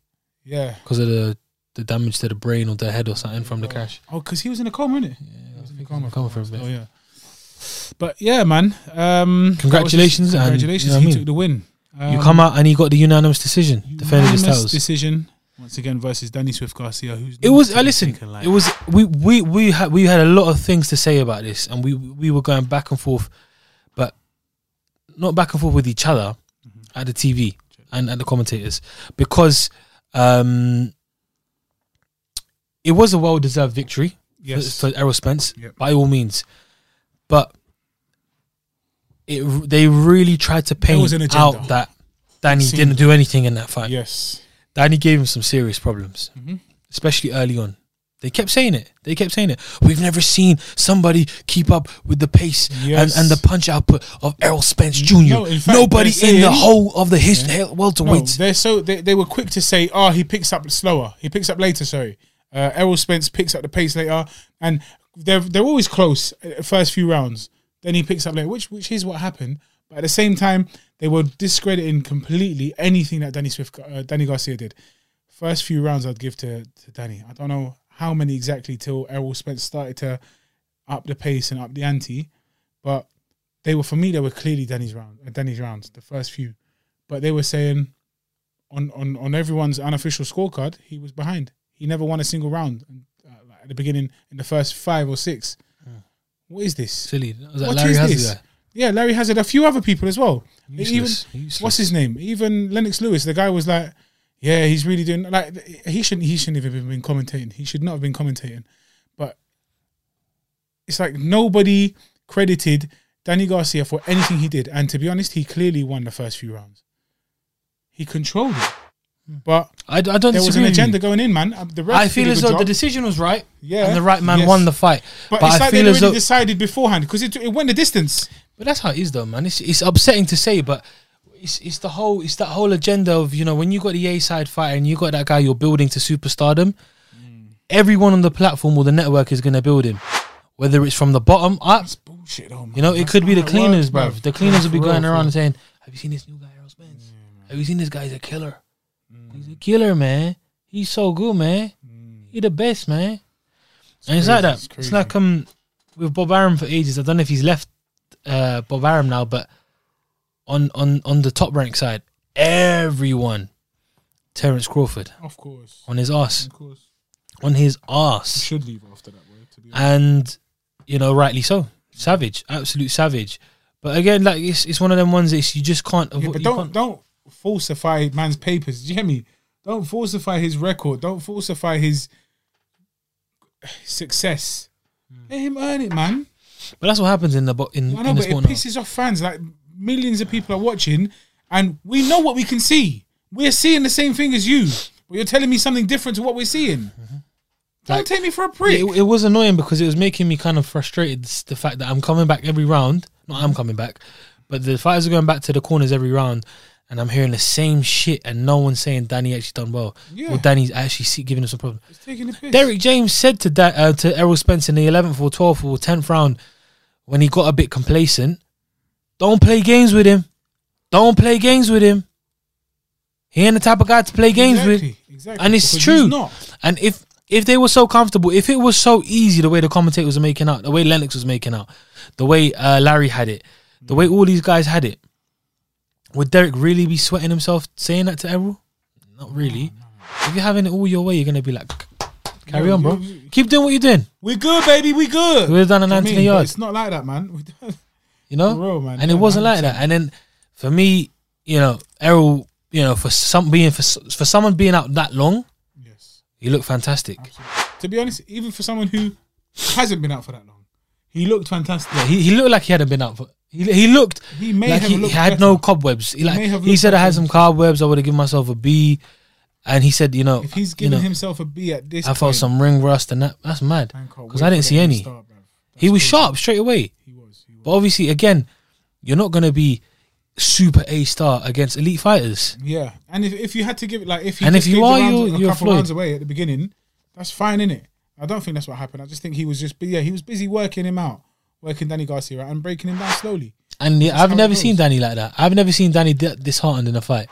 Speaker 2: yeah.
Speaker 1: because of the the damage to the brain or the head or something from the crash.
Speaker 2: Oh, because he was in a coma, innit? Yeah, he was in a coma.
Speaker 1: Come for a bit.
Speaker 2: Oh yeah. But yeah, man. Um,
Speaker 1: Congratulations
Speaker 2: that was-
Speaker 1: and,
Speaker 2: congratulations.
Speaker 1: you know what I
Speaker 2: he
Speaker 1: mean?
Speaker 2: took the win.
Speaker 1: you
Speaker 2: Um,
Speaker 1: come out and he got the unanimous decision, defended
Speaker 2: unanimous
Speaker 1: his titles.
Speaker 2: decision once again versus Danny Swift Garcia. Who's
Speaker 1: it was.
Speaker 2: not
Speaker 1: I listen.
Speaker 2: taken lightly.
Speaker 1: It was. We we we had we had a lot of things to say about this, and we we were going back and forth, but not back and forth with each other
Speaker 2: Mm-hmm.
Speaker 1: at the TV and at the commentators because um, it was a well deserved victory
Speaker 2: yes.
Speaker 1: for, for Errol Spence
Speaker 2: Yep.
Speaker 1: by all means, but it r- they really tried to
Speaker 2: was
Speaker 1: paint
Speaker 2: an agenda.
Speaker 1: out that Danny
Speaker 2: It
Speaker 1: didn't do anything in that fight.
Speaker 2: yes.
Speaker 1: Danny gave him some serious problems,
Speaker 2: Mm-hmm.
Speaker 1: especially early on. They kept saying it. They kept saying it. We've never seen somebody keep up with the pace
Speaker 2: Yes.
Speaker 1: and, and the punch output of Errol Spence Jr.
Speaker 2: No, in fact,
Speaker 1: Nobody
Speaker 2: they're
Speaker 1: in the
Speaker 2: saying-
Speaker 1: whole of the history welterweights.
Speaker 2: No, they're so they, they were quick to say, "Oh, he picks up slower. He picks up later." Sorry, uh, Errol Spence picks up the pace later, and they're they're always close uh, first few rounds. Then he picks up later, which which is what happened. But at the same time, they were discrediting completely anything that Danny Swift, uh, Danny Garcia did. First few rounds, I'd give to to Danny. I don't know how many exactly till Errol Spence started to up the pace and up the ante, but they were for me they were clearly Danny's round, uh, Danny's rounds, the first few but they were saying on on on everyone's unofficial scorecard he was behind. He never won a single round uh, like, at the beginning in the first five or six. What is this?
Speaker 1: Silly. That was that
Speaker 2: What
Speaker 1: Hmm. Larry
Speaker 2: is
Speaker 1: Hazard
Speaker 2: this?
Speaker 1: guy.
Speaker 2: Yeah, Larry Hazard, a few other people as well.
Speaker 1: Useless,
Speaker 2: Even
Speaker 1: useless.
Speaker 2: what's his name? Even Lennox Lewis, the guy was like, yeah, he's really doing like th- he shouldn't he shouldn't even have been commentating. He should not have been commentating. But it's like nobody credited Danny Garcia for anything he did. And to be honest, he clearly won the first few rounds. He controlled it. But
Speaker 1: I, d- I don't
Speaker 2: there was
Speaker 1: disagree
Speaker 2: an
Speaker 1: with you.
Speaker 2: agenda going in, man. Uh, The ref
Speaker 1: I
Speaker 2: did
Speaker 1: feel
Speaker 2: a
Speaker 1: as
Speaker 2: good
Speaker 1: though the
Speaker 2: job.
Speaker 1: decision was right,
Speaker 2: Yeah.
Speaker 1: and the right man
Speaker 2: Yes.
Speaker 1: won the fight.
Speaker 2: but,
Speaker 1: But,
Speaker 2: it's
Speaker 1: I
Speaker 2: like they
Speaker 1: feel
Speaker 2: already
Speaker 1: as though,
Speaker 2: decided beforehand because it, it went the distance.
Speaker 1: but that's how it is, though, man. It's it's upsetting to say, but it's it's the whole it's that whole agenda of you know when you got the A side fighter and you got that guy you're building to superstardom, everyone on the platform or the network is going to build him, whether it's from the bottom up.
Speaker 2: It's bullshit, though, man.
Speaker 1: You know, it
Speaker 2: That's
Speaker 1: could be the
Speaker 2: not how it
Speaker 1: cleaners,
Speaker 2: works, man.
Speaker 1: bruv. The cleaners will be
Speaker 2: For
Speaker 1: going
Speaker 2: real, for
Speaker 1: around
Speaker 2: real.
Speaker 1: and saying, "Have you seen this new guy, Errol Spence?
Speaker 2: Mm.
Speaker 1: Have you seen this guy? He's a killer. He's a killer, man. He's so good, man. He the best, man." and it's
Speaker 2: crazy,
Speaker 1: like that.
Speaker 2: Mm. it's
Speaker 1: It's,
Speaker 2: crazy.
Speaker 1: like um with Bob Arum for ages. I don't know if he's left uh Bob Arum now, but on on on the top rank side, everyone, Terence Crawford
Speaker 2: Of course,
Speaker 1: on his ass,
Speaker 2: of course.
Speaker 1: on his ass
Speaker 2: should leave after that word. To be honest.
Speaker 1: and you know, rightly so. Savage, absolute savage. But again, like it's, it's one of them ones that it's- you just can't avoid.
Speaker 2: yeah, but
Speaker 1: you
Speaker 2: don't
Speaker 1: can't-
Speaker 2: don't falsify man's papers. Do you hear me? Don't falsify his record. Don't falsify his success. Let him earn it, man.
Speaker 1: but that's what happens in the bo- Hmm. in,
Speaker 2: I know,
Speaker 1: in the
Speaker 2: but it
Speaker 1: sport now.
Speaker 2: pisses off fans. Like millions of people are watching, and we know what we can see. We're seeing the same thing as you, but you're telling me something different to what we're seeing. Don't
Speaker 1: Mm-hmm. Like,
Speaker 2: take me for a prick.
Speaker 1: It, it was annoying because it was making me kind of frustrated. s- The fact that I'm coming back every round, not I'm coming back, but the fighters are going back to the corners every round, and I'm hearing the same shit, and no one's saying Danny actually done well.
Speaker 2: Yeah.
Speaker 1: Or Danny's actually see, giving us a problem.
Speaker 2: It's taking the piss.
Speaker 1: Derek James said to da- uh, to Errol Spence in the 11th or 12th or 10th round when he got a bit complacent, don't play games with him. Don't play games with him. He ain't the type of guy to play games with.
Speaker 2: exactly, exactly.
Speaker 1: And it's
Speaker 2: Because
Speaker 1: true.
Speaker 2: he's not.
Speaker 1: And if if they were so comfortable, if it was so easy the way the commentators were making out, the way Lennox was making out, the way uh, Larry had it, the way all these guys had it, would Derek really be sweating himself saying that to Errol? Not really. If you're having it all your way, you're gonna be like, carry
Speaker 2: No,
Speaker 1: on, bro.
Speaker 2: you- you-
Speaker 1: Keep doing what you're doing.
Speaker 2: We good, baby. We good.
Speaker 1: We would've done an
Speaker 2: Do you know what I
Speaker 1: Anthony
Speaker 2: mean? But
Speaker 1: Yard.
Speaker 2: It's not like that, man. We don't-
Speaker 1: You know,
Speaker 2: For real, man.
Speaker 1: and
Speaker 2: Yeah,
Speaker 1: it wasn't
Speaker 2: man.
Speaker 1: like that. And then for me, you know, Errol, you know, for some being for s- for someone being out that long,
Speaker 2: Yes.
Speaker 1: he looked fantastic.
Speaker 2: To be honest, even for someone who hasn't been out for that long, he looked fantastic.
Speaker 1: He, he looked like he hadn't been out for. He, he looked
Speaker 2: He may
Speaker 1: like
Speaker 2: have
Speaker 1: he,
Speaker 2: looked
Speaker 1: had
Speaker 2: better.
Speaker 1: no cobwebs. He, like,
Speaker 2: may have
Speaker 1: he
Speaker 2: looked
Speaker 1: said, I
Speaker 2: better.
Speaker 1: had some cobwebs. I would have given myself a B. And he said, you know,
Speaker 2: If he's
Speaker 1: you
Speaker 2: giving
Speaker 1: know,
Speaker 2: himself a B at this,
Speaker 1: I felt
Speaker 2: point,
Speaker 1: some ring rust and that. That's mad
Speaker 2: man can't
Speaker 1: because
Speaker 2: wait
Speaker 1: I
Speaker 2: for
Speaker 1: didn't
Speaker 2: that
Speaker 1: see
Speaker 2: to
Speaker 1: any.
Speaker 2: start, bruv.
Speaker 1: He was sharp straight away.
Speaker 2: He was. He was.
Speaker 1: But obviously, again, you're not going to be super A star against elite fighters.
Speaker 2: Yeah, and if, if you had to give it like if he
Speaker 1: And
Speaker 2: just
Speaker 1: if you
Speaker 2: gave the
Speaker 1: are,
Speaker 2: rounds
Speaker 1: you're-
Speaker 2: a
Speaker 1: you're
Speaker 2: couple
Speaker 1: Floyd.
Speaker 2: rounds away at the beginning, that's fine, innit? I don't think that's what happened. I just think he was just bu- yeah he was busy working him out, working Danny Garcia out and breaking him down slowly.
Speaker 1: And yeah, I've
Speaker 2: how it
Speaker 1: never
Speaker 2: goes.
Speaker 1: seen Danny like that. I've never seen Danny di- disheartened in a fight.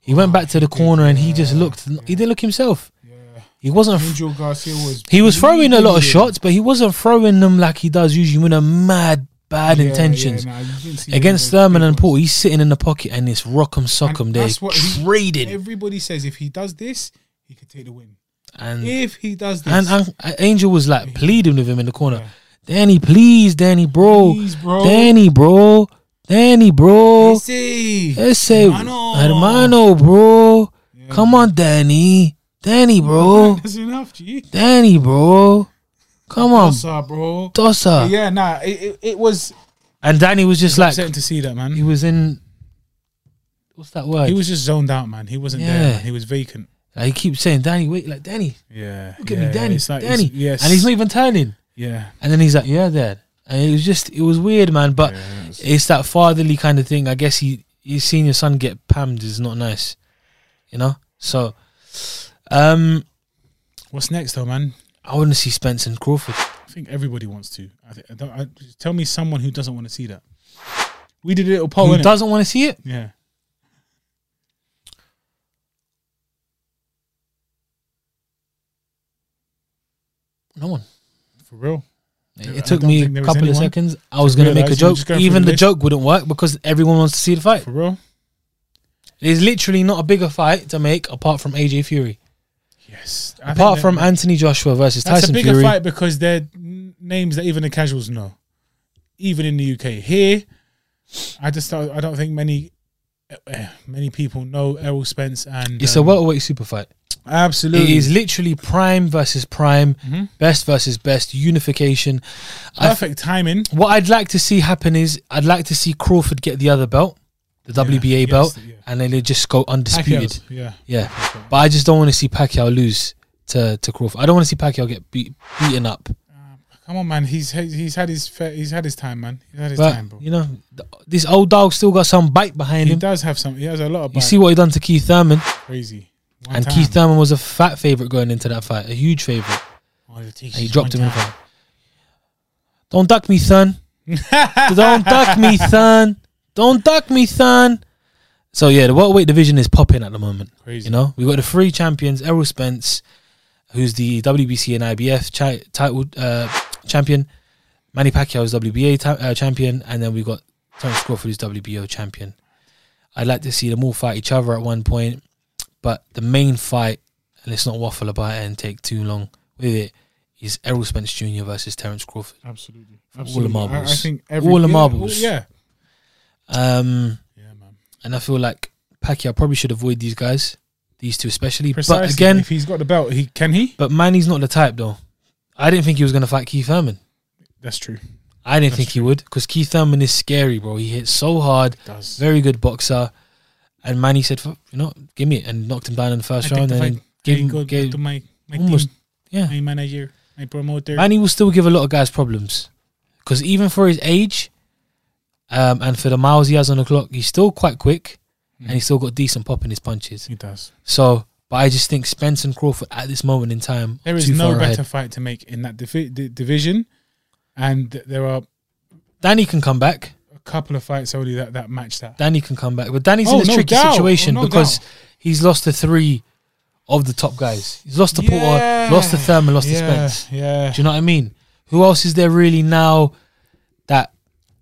Speaker 1: He went back to the corner and he just looked. He didn't look himself. He wasn't. f-
Speaker 2: Angel Garcia was
Speaker 1: He was throwing a lot of
Speaker 2: bleeding.
Speaker 1: shots, but he wasn't throwing them like he does usually with a mad, bad
Speaker 2: Yeah, yeah,
Speaker 1: intentions.
Speaker 2: nah, you didn't see
Speaker 1: Against
Speaker 2: those
Speaker 1: Thurman
Speaker 2: big
Speaker 1: and
Speaker 2: ones.
Speaker 1: Paul, he's sitting in the pocket and it's rock'em sock'em.
Speaker 2: And
Speaker 1: They're
Speaker 2: that's what he-
Speaker 1: trading.
Speaker 2: Everybody says if he does this, he could take the win.
Speaker 1: and
Speaker 2: If he does this,
Speaker 1: Mm. and, and uh, Angel was like pleading with him in the corner. Danny, please, Danny, bro.
Speaker 2: Please, bro.
Speaker 1: Danny, bro. Danny, bro.
Speaker 2: see,
Speaker 1: Ese
Speaker 2: Hermano.
Speaker 1: hermano, bro. Come on, Danny. Danny, bro.
Speaker 2: that's enough, G.
Speaker 1: Danny, bro. Come on,
Speaker 2: What's up, bro?
Speaker 1: Dossa.
Speaker 2: Yeah, nah, it, it, it was
Speaker 1: And Danny was just like
Speaker 2: upsetting to see that, man.
Speaker 1: he was in. What's that word?
Speaker 2: He was just zoned out, man. He wasn't there.
Speaker 1: Yeah.
Speaker 2: Man. He was vacant.
Speaker 1: Like, he keeps saying, "Danny, wait, like Danny,
Speaker 2: Yeah.
Speaker 1: look at me, Danny, Danny,"
Speaker 2: yes.
Speaker 1: and he's not even turning.
Speaker 2: Yeah.
Speaker 1: And then he's like, "Yeah, Dad." And it was just, it was weird, man. But it's that fatherly kind of thing. I guess he, he's seen your son get pammed is not nice, you know. So, um,
Speaker 2: What's next, though, man?
Speaker 1: I want to see Spence and Crawford.
Speaker 2: I think everybody wants to. I th- I don't, I, just tell me someone who doesn't want to see that. We did a little poll.
Speaker 1: Who
Speaker 2: innit?
Speaker 1: doesn't want to see it?
Speaker 2: Yeah.
Speaker 1: No one.
Speaker 2: For real.
Speaker 1: It,
Speaker 2: I
Speaker 1: it took
Speaker 2: don't
Speaker 1: me a
Speaker 2: think there was
Speaker 1: couple of
Speaker 2: anyone.
Speaker 1: seconds. I was going to make a
Speaker 2: realised you were
Speaker 1: joke.
Speaker 2: just going through
Speaker 1: Even
Speaker 2: the
Speaker 1: the
Speaker 2: list.
Speaker 1: joke wouldn't work because everyone wants to see the fight.
Speaker 2: For real.
Speaker 1: There's literally not a bigger fight to make apart from AJ Fury,
Speaker 2: Yes. I think
Speaker 1: apart
Speaker 2: that-
Speaker 1: from Anthony Joshua versus
Speaker 2: that's
Speaker 1: Tyson
Speaker 2: a bigger
Speaker 1: Fury.
Speaker 2: fight because they're n- names that even the casuals know, even in the UK. Here, I just don't, I don't think many eh, eh, many people know Errol Spence and
Speaker 1: It's
Speaker 2: um,
Speaker 1: a welterweight super fight. It
Speaker 2: absolutely Mm-hmm.
Speaker 1: is literally prime versus prime, best versus best unification. I f-
Speaker 2: perfect timing.
Speaker 1: what I'd like to see happen is I'd like to see Crawford get the other belt, the WBA
Speaker 2: yes,
Speaker 1: belt,
Speaker 2: yeah.
Speaker 1: and then they just go undisputed.
Speaker 2: Pacquiao's, Yeah.
Speaker 1: Yeah, but I just don't want to see Pacquiao lose to to Crawford. I don't want to see Pacquiao get beat, beaten up.
Speaker 2: Come on, man. He's he's he's had his fa- he's had his time, man. He's had his
Speaker 1: But
Speaker 2: time, bro.
Speaker 1: you know, th- this old dog still got some bite behind
Speaker 2: He
Speaker 1: him.
Speaker 2: does have some. He has a lot of
Speaker 1: You
Speaker 2: bite.
Speaker 1: see what he done to Keith Thurman,
Speaker 2: crazy. One
Speaker 1: and
Speaker 2: time.
Speaker 1: Keith Thurman was a fat favorite going into that fight, a huge favorite,
Speaker 2: Oh, the teeth
Speaker 1: and he
Speaker 2: is
Speaker 1: dropped him
Speaker 2: one
Speaker 1: in the
Speaker 2: time.
Speaker 1: fight. Don't duck me, son. don't duck me, son. Don't duck me, son. So yeah, the welterweight division is popping at the moment.
Speaker 2: Crazy.
Speaker 1: You know, we've got the three champions: Errol Spence, who's the WBC and IBF chi- title uh, champion, Manny Pacquiao is WBA ti- uh, champion, and then we've got Terence Crawford, who's WBO champion. I'd like to see them all fight each other at one point, but the main fight, and let's not waffle about it and take too long with it, is Errol Spence Jr. versus Terence Crawford.
Speaker 2: Absolutely.
Speaker 1: the
Speaker 2: Absolutely. I, I
Speaker 1: marbles.
Speaker 2: think every,
Speaker 1: All the
Speaker 2: yeah,
Speaker 1: marbles.
Speaker 2: Yeah.
Speaker 1: Um,
Speaker 2: Yeah, man.
Speaker 1: and I feel like Pacquiao probably should avoid these guys, these two especially.
Speaker 2: Precisely.
Speaker 1: But again,
Speaker 2: if he's got the belt, he can he?
Speaker 1: but Manny's not the type though. I didn't think he was going to fight Keith Thurman.
Speaker 2: That's true.
Speaker 1: I didn't think he would because Keith Thurman is scary, bro. He hits so hard,
Speaker 2: Does.
Speaker 1: very good boxer. And Manny said, "Fuck, "You know, give me it," and knocked him down in the first round, and then gave him, gave,
Speaker 2: my, my
Speaker 1: almost
Speaker 2: team.
Speaker 1: Yeah.
Speaker 2: main manager, main promoter.
Speaker 1: Manny will still give a lot of guys problems because even for his age, um, and for the miles he has on the clock, he's still quite quick, and he's still got decent pop in his punches.
Speaker 2: he does.
Speaker 1: So, but I just think Spence and Crawford at this moment in time,
Speaker 2: There
Speaker 1: are
Speaker 2: is
Speaker 1: too
Speaker 2: no
Speaker 1: far
Speaker 2: better
Speaker 1: ahead.
Speaker 2: fight to make in that divi- di- division, and there are
Speaker 1: Danny can come back.
Speaker 2: a couple of fights only that that match that.
Speaker 1: Danny can come back, but Danny's
Speaker 2: Oh,
Speaker 1: in a
Speaker 2: no
Speaker 1: tricky
Speaker 2: doubt.
Speaker 1: situation
Speaker 2: Oh, no
Speaker 1: because
Speaker 2: doubt.
Speaker 1: he's lost to three of the top guys. He's lost to
Speaker 2: Yeah.
Speaker 1: Porter, lost to Thurman, lost
Speaker 2: yeah,
Speaker 1: to Spence.
Speaker 2: Yeah,
Speaker 1: Do you know what I mean? Who else is there really now that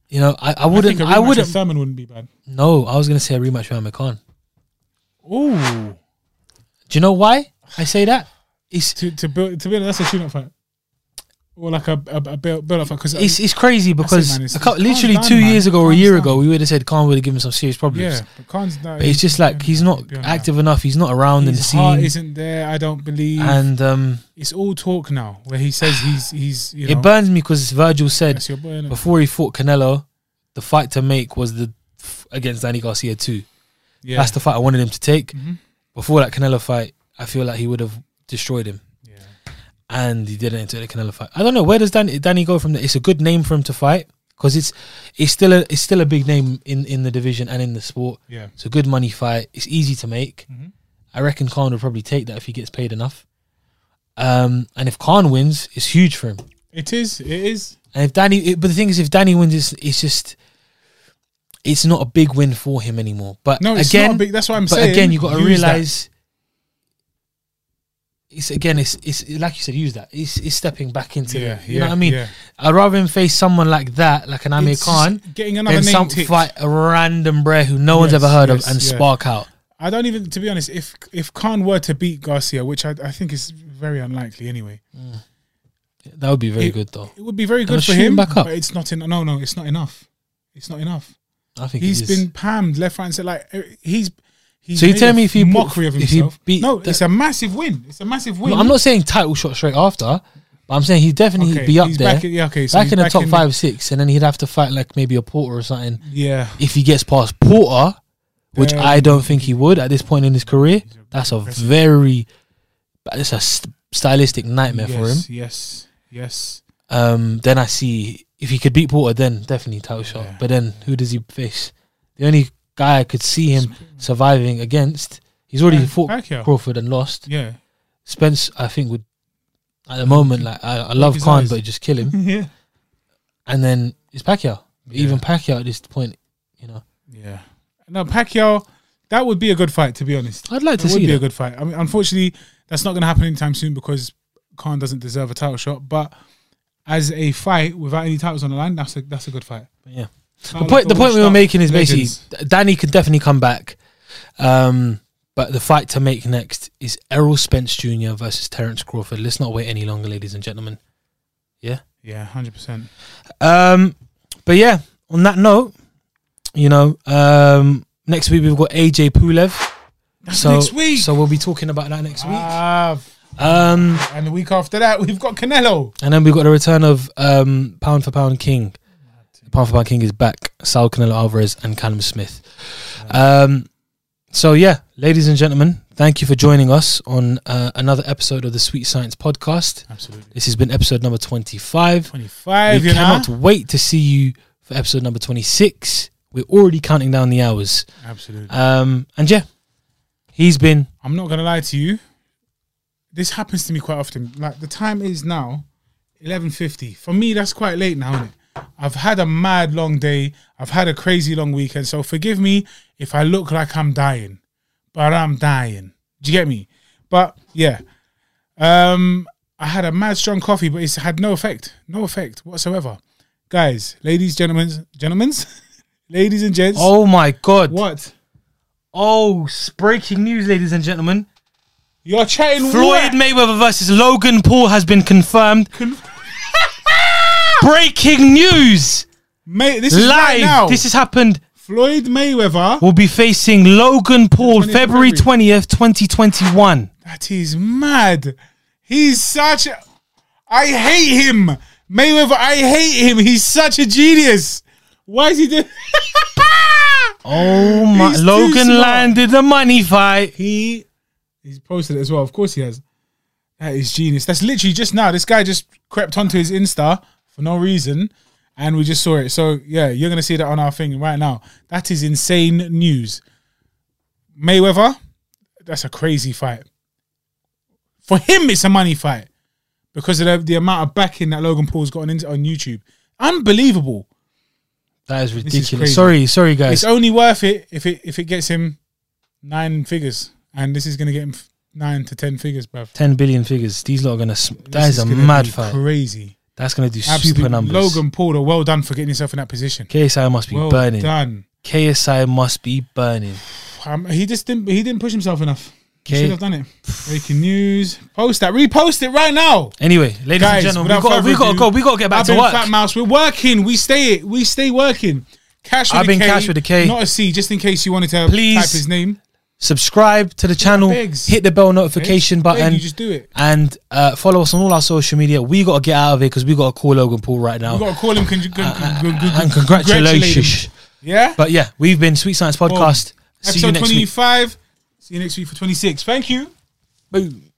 Speaker 1: you know? I, I wouldn't.
Speaker 2: think a
Speaker 1: I,
Speaker 2: rematch with
Speaker 1: wouldn't.
Speaker 2: Thurman wouldn't be bad.
Speaker 1: no, I was gonna say a rematch with Amir Khan.
Speaker 2: Ooh,
Speaker 1: Do you know why I say that? It's
Speaker 2: to to build to be honest, that's a shooting fight, or like a a, a build, build up fight uh, because
Speaker 1: it's it's crazy because
Speaker 2: man, it's-
Speaker 1: a couple,
Speaker 2: it's
Speaker 1: literally
Speaker 2: Khan's
Speaker 1: two
Speaker 2: done, man.
Speaker 1: years ago or a
Speaker 2: Khan's
Speaker 1: year
Speaker 2: done.
Speaker 1: ago, we would have said Khan would have given him some serious problems.
Speaker 2: yeah, but Khan's not.
Speaker 1: But it's just like he's not
Speaker 2: beyond that.
Speaker 1: active enough. He's not around in the
Speaker 2: His heart
Speaker 1: scene,
Speaker 2: isn't there. I don't believe.
Speaker 1: and um,
Speaker 2: it's all talk now, where he says he's he's you
Speaker 1: it
Speaker 2: know
Speaker 1: burns me because Virgil said
Speaker 2: that's your boy. innit?
Speaker 1: before he fought Canelo, the fight to make was the f- against Danny Garcia
Speaker 2: Yeah,
Speaker 1: too.
Speaker 2: Mm-hmm.
Speaker 1: That's the fight I wanted him to take. Before that Canelo fight, I feel like he would have destroyed him,
Speaker 2: yeah.
Speaker 1: and he didn't enter the Canelo fight. I don't know where does Danny Danny go from there. It's a good name for him to fight because it's it's still a it's still a big name in in the division and in the sport.
Speaker 2: Yeah.
Speaker 1: It's a good money fight. It's easy to make.
Speaker 2: Mm-hmm.
Speaker 1: I reckon Khan would probably take that if he gets paid enough. Um, and if Khan wins, it's huge for him.
Speaker 2: It is. It is.
Speaker 1: And if Danny, it, but the thing is, if Danny wins, it's, it's just, it's not a big win for him anymore. But
Speaker 2: No, it's
Speaker 1: again,
Speaker 2: not big. That's what I'm
Speaker 1: but
Speaker 2: saying.
Speaker 1: again, you got to
Speaker 2: Use that.
Speaker 1: realize, it's again, it's it's like you said, use that. It's, it's stepping back into,
Speaker 2: Yeah,
Speaker 1: it. you know
Speaker 2: yeah,
Speaker 1: what I mean.
Speaker 2: yeah.
Speaker 1: I'd rather him face someone like that, like an Amir
Speaker 2: It's
Speaker 1: Khan,
Speaker 2: just getting another
Speaker 1: than
Speaker 2: name
Speaker 1: some
Speaker 2: ticked.
Speaker 1: fight a random brer who no one's
Speaker 2: Yes,
Speaker 1: ever heard
Speaker 2: yes,
Speaker 1: of and
Speaker 2: yeah.
Speaker 1: spark out.
Speaker 2: I don't even, to be honest, if if Khan were to beat Garcia, which I, I think is very unlikely anyway,
Speaker 1: That would be very
Speaker 2: It-
Speaker 1: good though.
Speaker 2: it would be very good for
Speaker 1: shoot him
Speaker 2: him.
Speaker 1: back up.
Speaker 2: But it's not in. No, no, it's not enough. It's not enough.
Speaker 1: I think
Speaker 2: He's
Speaker 1: it is.
Speaker 2: been pammed left, right, and center. Like er, he's. he's
Speaker 1: So you
Speaker 2: made
Speaker 1: tell
Speaker 2: a
Speaker 1: me if he
Speaker 2: mockery
Speaker 1: put-
Speaker 2: of
Speaker 1: if he
Speaker 2: himself.
Speaker 1: beat
Speaker 2: no,
Speaker 1: the-
Speaker 2: it's a massive win. It's a massive win.
Speaker 1: No, I'm not saying title shot straight after, but I'm saying he'd definitely
Speaker 2: Okay,
Speaker 1: be up
Speaker 2: he's
Speaker 1: there,
Speaker 2: back in- yeah, okay, so
Speaker 1: back
Speaker 2: he's
Speaker 1: in the
Speaker 2: back
Speaker 1: top
Speaker 2: in the-
Speaker 1: five, six, and then he'd have to fight like maybe a Porter or something
Speaker 2: Yeah,
Speaker 1: if he gets past Porter, which
Speaker 2: Um,
Speaker 1: I don't think he would at this point in his career. That's a very, that's a st- stylistic nightmare for him.
Speaker 2: yes, yes, yes.
Speaker 1: Um, then I see if he could beat Porter, then definitely title shot. But then who does he face? The only guy I could see him surviving against, he's already
Speaker 2: Back-
Speaker 1: fought
Speaker 2: Pacquiao.
Speaker 1: Crawford and lost.
Speaker 2: Yeah,
Speaker 1: Spence, I think would at the moment like I, I love
Speaker 2: his
Speaker 1: Khan,
Speaker 2: eyes.
Speaker 1: but just kill him.
Speaker 2: yeah,
Speaker 1: And then it's Pacquiao.
Speaker 2: Yeah.
Speaker 1: Even Pacquiao at this point, you know,
Speaker 2: yeah. No, Pacquiao. That would be a good fight, to be honest.
Speaker 1: I'd like to
Speaker 2: It would
Speaker 1: see
Speaker 2: be a
Speaker 1: that.
Speaker 2: good fight. I mean, unfortunately, that's not going to happen anytime soon because Khan doesn't deserve a title shot. But as a fight without any titles on the line, that's a that's a good fight.
Speaker 1: Yeah.
Speaker 2: Sound
Speaker 1: The
Speaker 2: like
Speaker 1: point the point we were
Speaker 2: washed-up
Speaker 1: making is
Speaker 2: legends.
Speaker 1: basically Danny could definitely come back, um, but the fight to make next is Errol Spence Jr. versus Terence Crawford. Let's not wait any longer, ladies and gentlemen.
Speaker 2: yeah, hundred percent.
Speaker 1: Um, but yeah, on that note, you know, um, next week we've got AJ Pulev. So,
Speaker 2: next week.
Speaker 1: so we'll be talking about that next week.
Speaker 2: Ah,
Speaker 1: Um,
Speaker 2: and the week after that, we've got Canelo.
Speaker 1: And then we've got the return of um, pound for pound king. Pound for pound king is back. Sal Canelo Alvarez and Callum Smith. Um, so yeah, ladies and gentlemen, thank you for joining us on uh, another episode of the Sweet Science Podcast.
Speaker 2: Absolutely,
Speaker 1: This has been episode number twenty-five.
Speaker 2: twenty five.
Speaker 1: we
Speaker 2: You know,
Speaker 1: cannot wait to see you for episode number twenty-six. We're already counting down the hours.
Speaker 2: absolutely.
Speaker 1: Um, and yeah, he's been
Speaker 2: I'm not gonna lie to you. This happens to me quite often. Like the time is now, eleven fifty. For me, that's quite late now, isn't it? I've had a mad long day. I've had a crazy long weekend. So forgive me if I look like I'm dying, but I'm dying. Do you get me? But yeah, um, I had a mad strong coffee, but it's had no effect, no effect whatsoever. Guys, ladies, gentlemen, gentlemen's, ladies and gents.
Speaker 1: oh my god!
Speaker 2: what?
Speaker 1: Oh, breaking news, ladies and gentlemen.
Speaker 2: You're chatting
Speaker 1: Floyd
Speaker 2: what?
Speaker 1: Mayweather versus Logan Paul has been confirmed. Breaking news!
Speaker 2: Mate, this is
Speaker 1: Live.
Speaker 2: right now.
Speaker 1: This has happened.
Speaker 2: Floyd Mayweather.
Speaker 1: We'll be facing Logan Paul
Speaker 2: 20th of
Speaker 1: February
Speaker 2: February.
Speaker 1: twentieth, twenty twenty one.
Speaker 2: That is mad. He's such. A, I hate him, Mayweather. I hate him. He's such a genius. Why is he doing?
Speaker 1: Oh my!
Speaker 2: He's too
Speaker 1: Logan
Speaker 2: smart.
Speaker 1: landed the money fight.
Speaker 2: he he's posted it as well. Of course he has. That is genius. That's literally just now. This guy just crept onto his Insta for no reason, and we just saw it. So yeah, you're gonna see that on our thing right now. That is insane news. Mayweather, that's a crazy fight. For him, it's a money fight because of the, the amount of backing that Logan Paul's got on, in- on YouTube. Unbelievable.
Speaker 1: That is
Speaker 2: is
Speaker 1: ridiculous.
Speaker 2: crazy.
Speaker 1: sorry, sorry,
Speaker 2: It's
Speaker 1: guys.
Speaker 2: only worth it if it if it gets him nine figures, and this is gonna get him f- nine to ten figures, bruv.
Speaker 1: Ten billion figures. These lot are gonna. Sm- that
Speaker 2: This
Speaker 1: is a
Speaker 2: gonna
Speaker 1: mad
Speaker 2: be
Speaker 1: fight.
Speaker 2: Crazy.
Speaker 1: That's gonna do
Speaker 2: Absolute
Speaker 1: super numbers.
Speaker 2: Logan Paul, though, well done for getting yourself in that position.
Speaker 1: KSI must be
Speaker 2: Well
Speaker 1: burning.
Speaker 2: done.
Speaker 1: KSI must be burning.
Speaker 2: Um, he just didn't. He didn't push himself enough. He
Speaker 1: Okay.
Speaker 2: should have done it. Breaking news. Post that. Repost it right now,
Speaker 1: Anyway, ladies
Speaker 2: guys.
Speaker 1: and gentlemen,
Speaker 2: without
Speaker 1: we got
Speaker 2: further
Speaker 1: we got to
Speaker 2: ado,
Speaker 1: go. We got to get back
Speaker 2: I've
Speaker 1: to
Speaker 2: been
Speaker 1: work.
Speaker 2: Fat Mouse. We're working. We stay. We stay working. Cash. With a
Speaker 1: I've been
Speaker 2: K,
Speaker 1: Cash with a K.
Speaker 2: Not a C. Just in case you wanted to
Speaker 1: Please.
Speaker 2: type his name.
Speaker 1: Subscribe to the channel.
Speaker 2: Biggs.
Speaker 1: Hit the bell notification
Speaker 2: Biggs,
Speaker 1: button.
Speaker 2: you just do it.
Speaker 1: And uh, follow us on all our social media. We got to get out of here because we got to call Logan Paul right now.
Speaker 2: We got to call him. Con- con- con- con- con-
Speaker 1: Uh, and
Speaker 2: congratulate him.
Speaker 1: congratulations.
Speaker 2: Yeah.
Speaker 1: But yeah, we've been Sweet Science Podcast. See
Speaker 2: Episode
Speaker 1: you next week.
Speaker 2: twenty-five. See you next week for twenty-six. Thank you.
Speaker 1: Boom.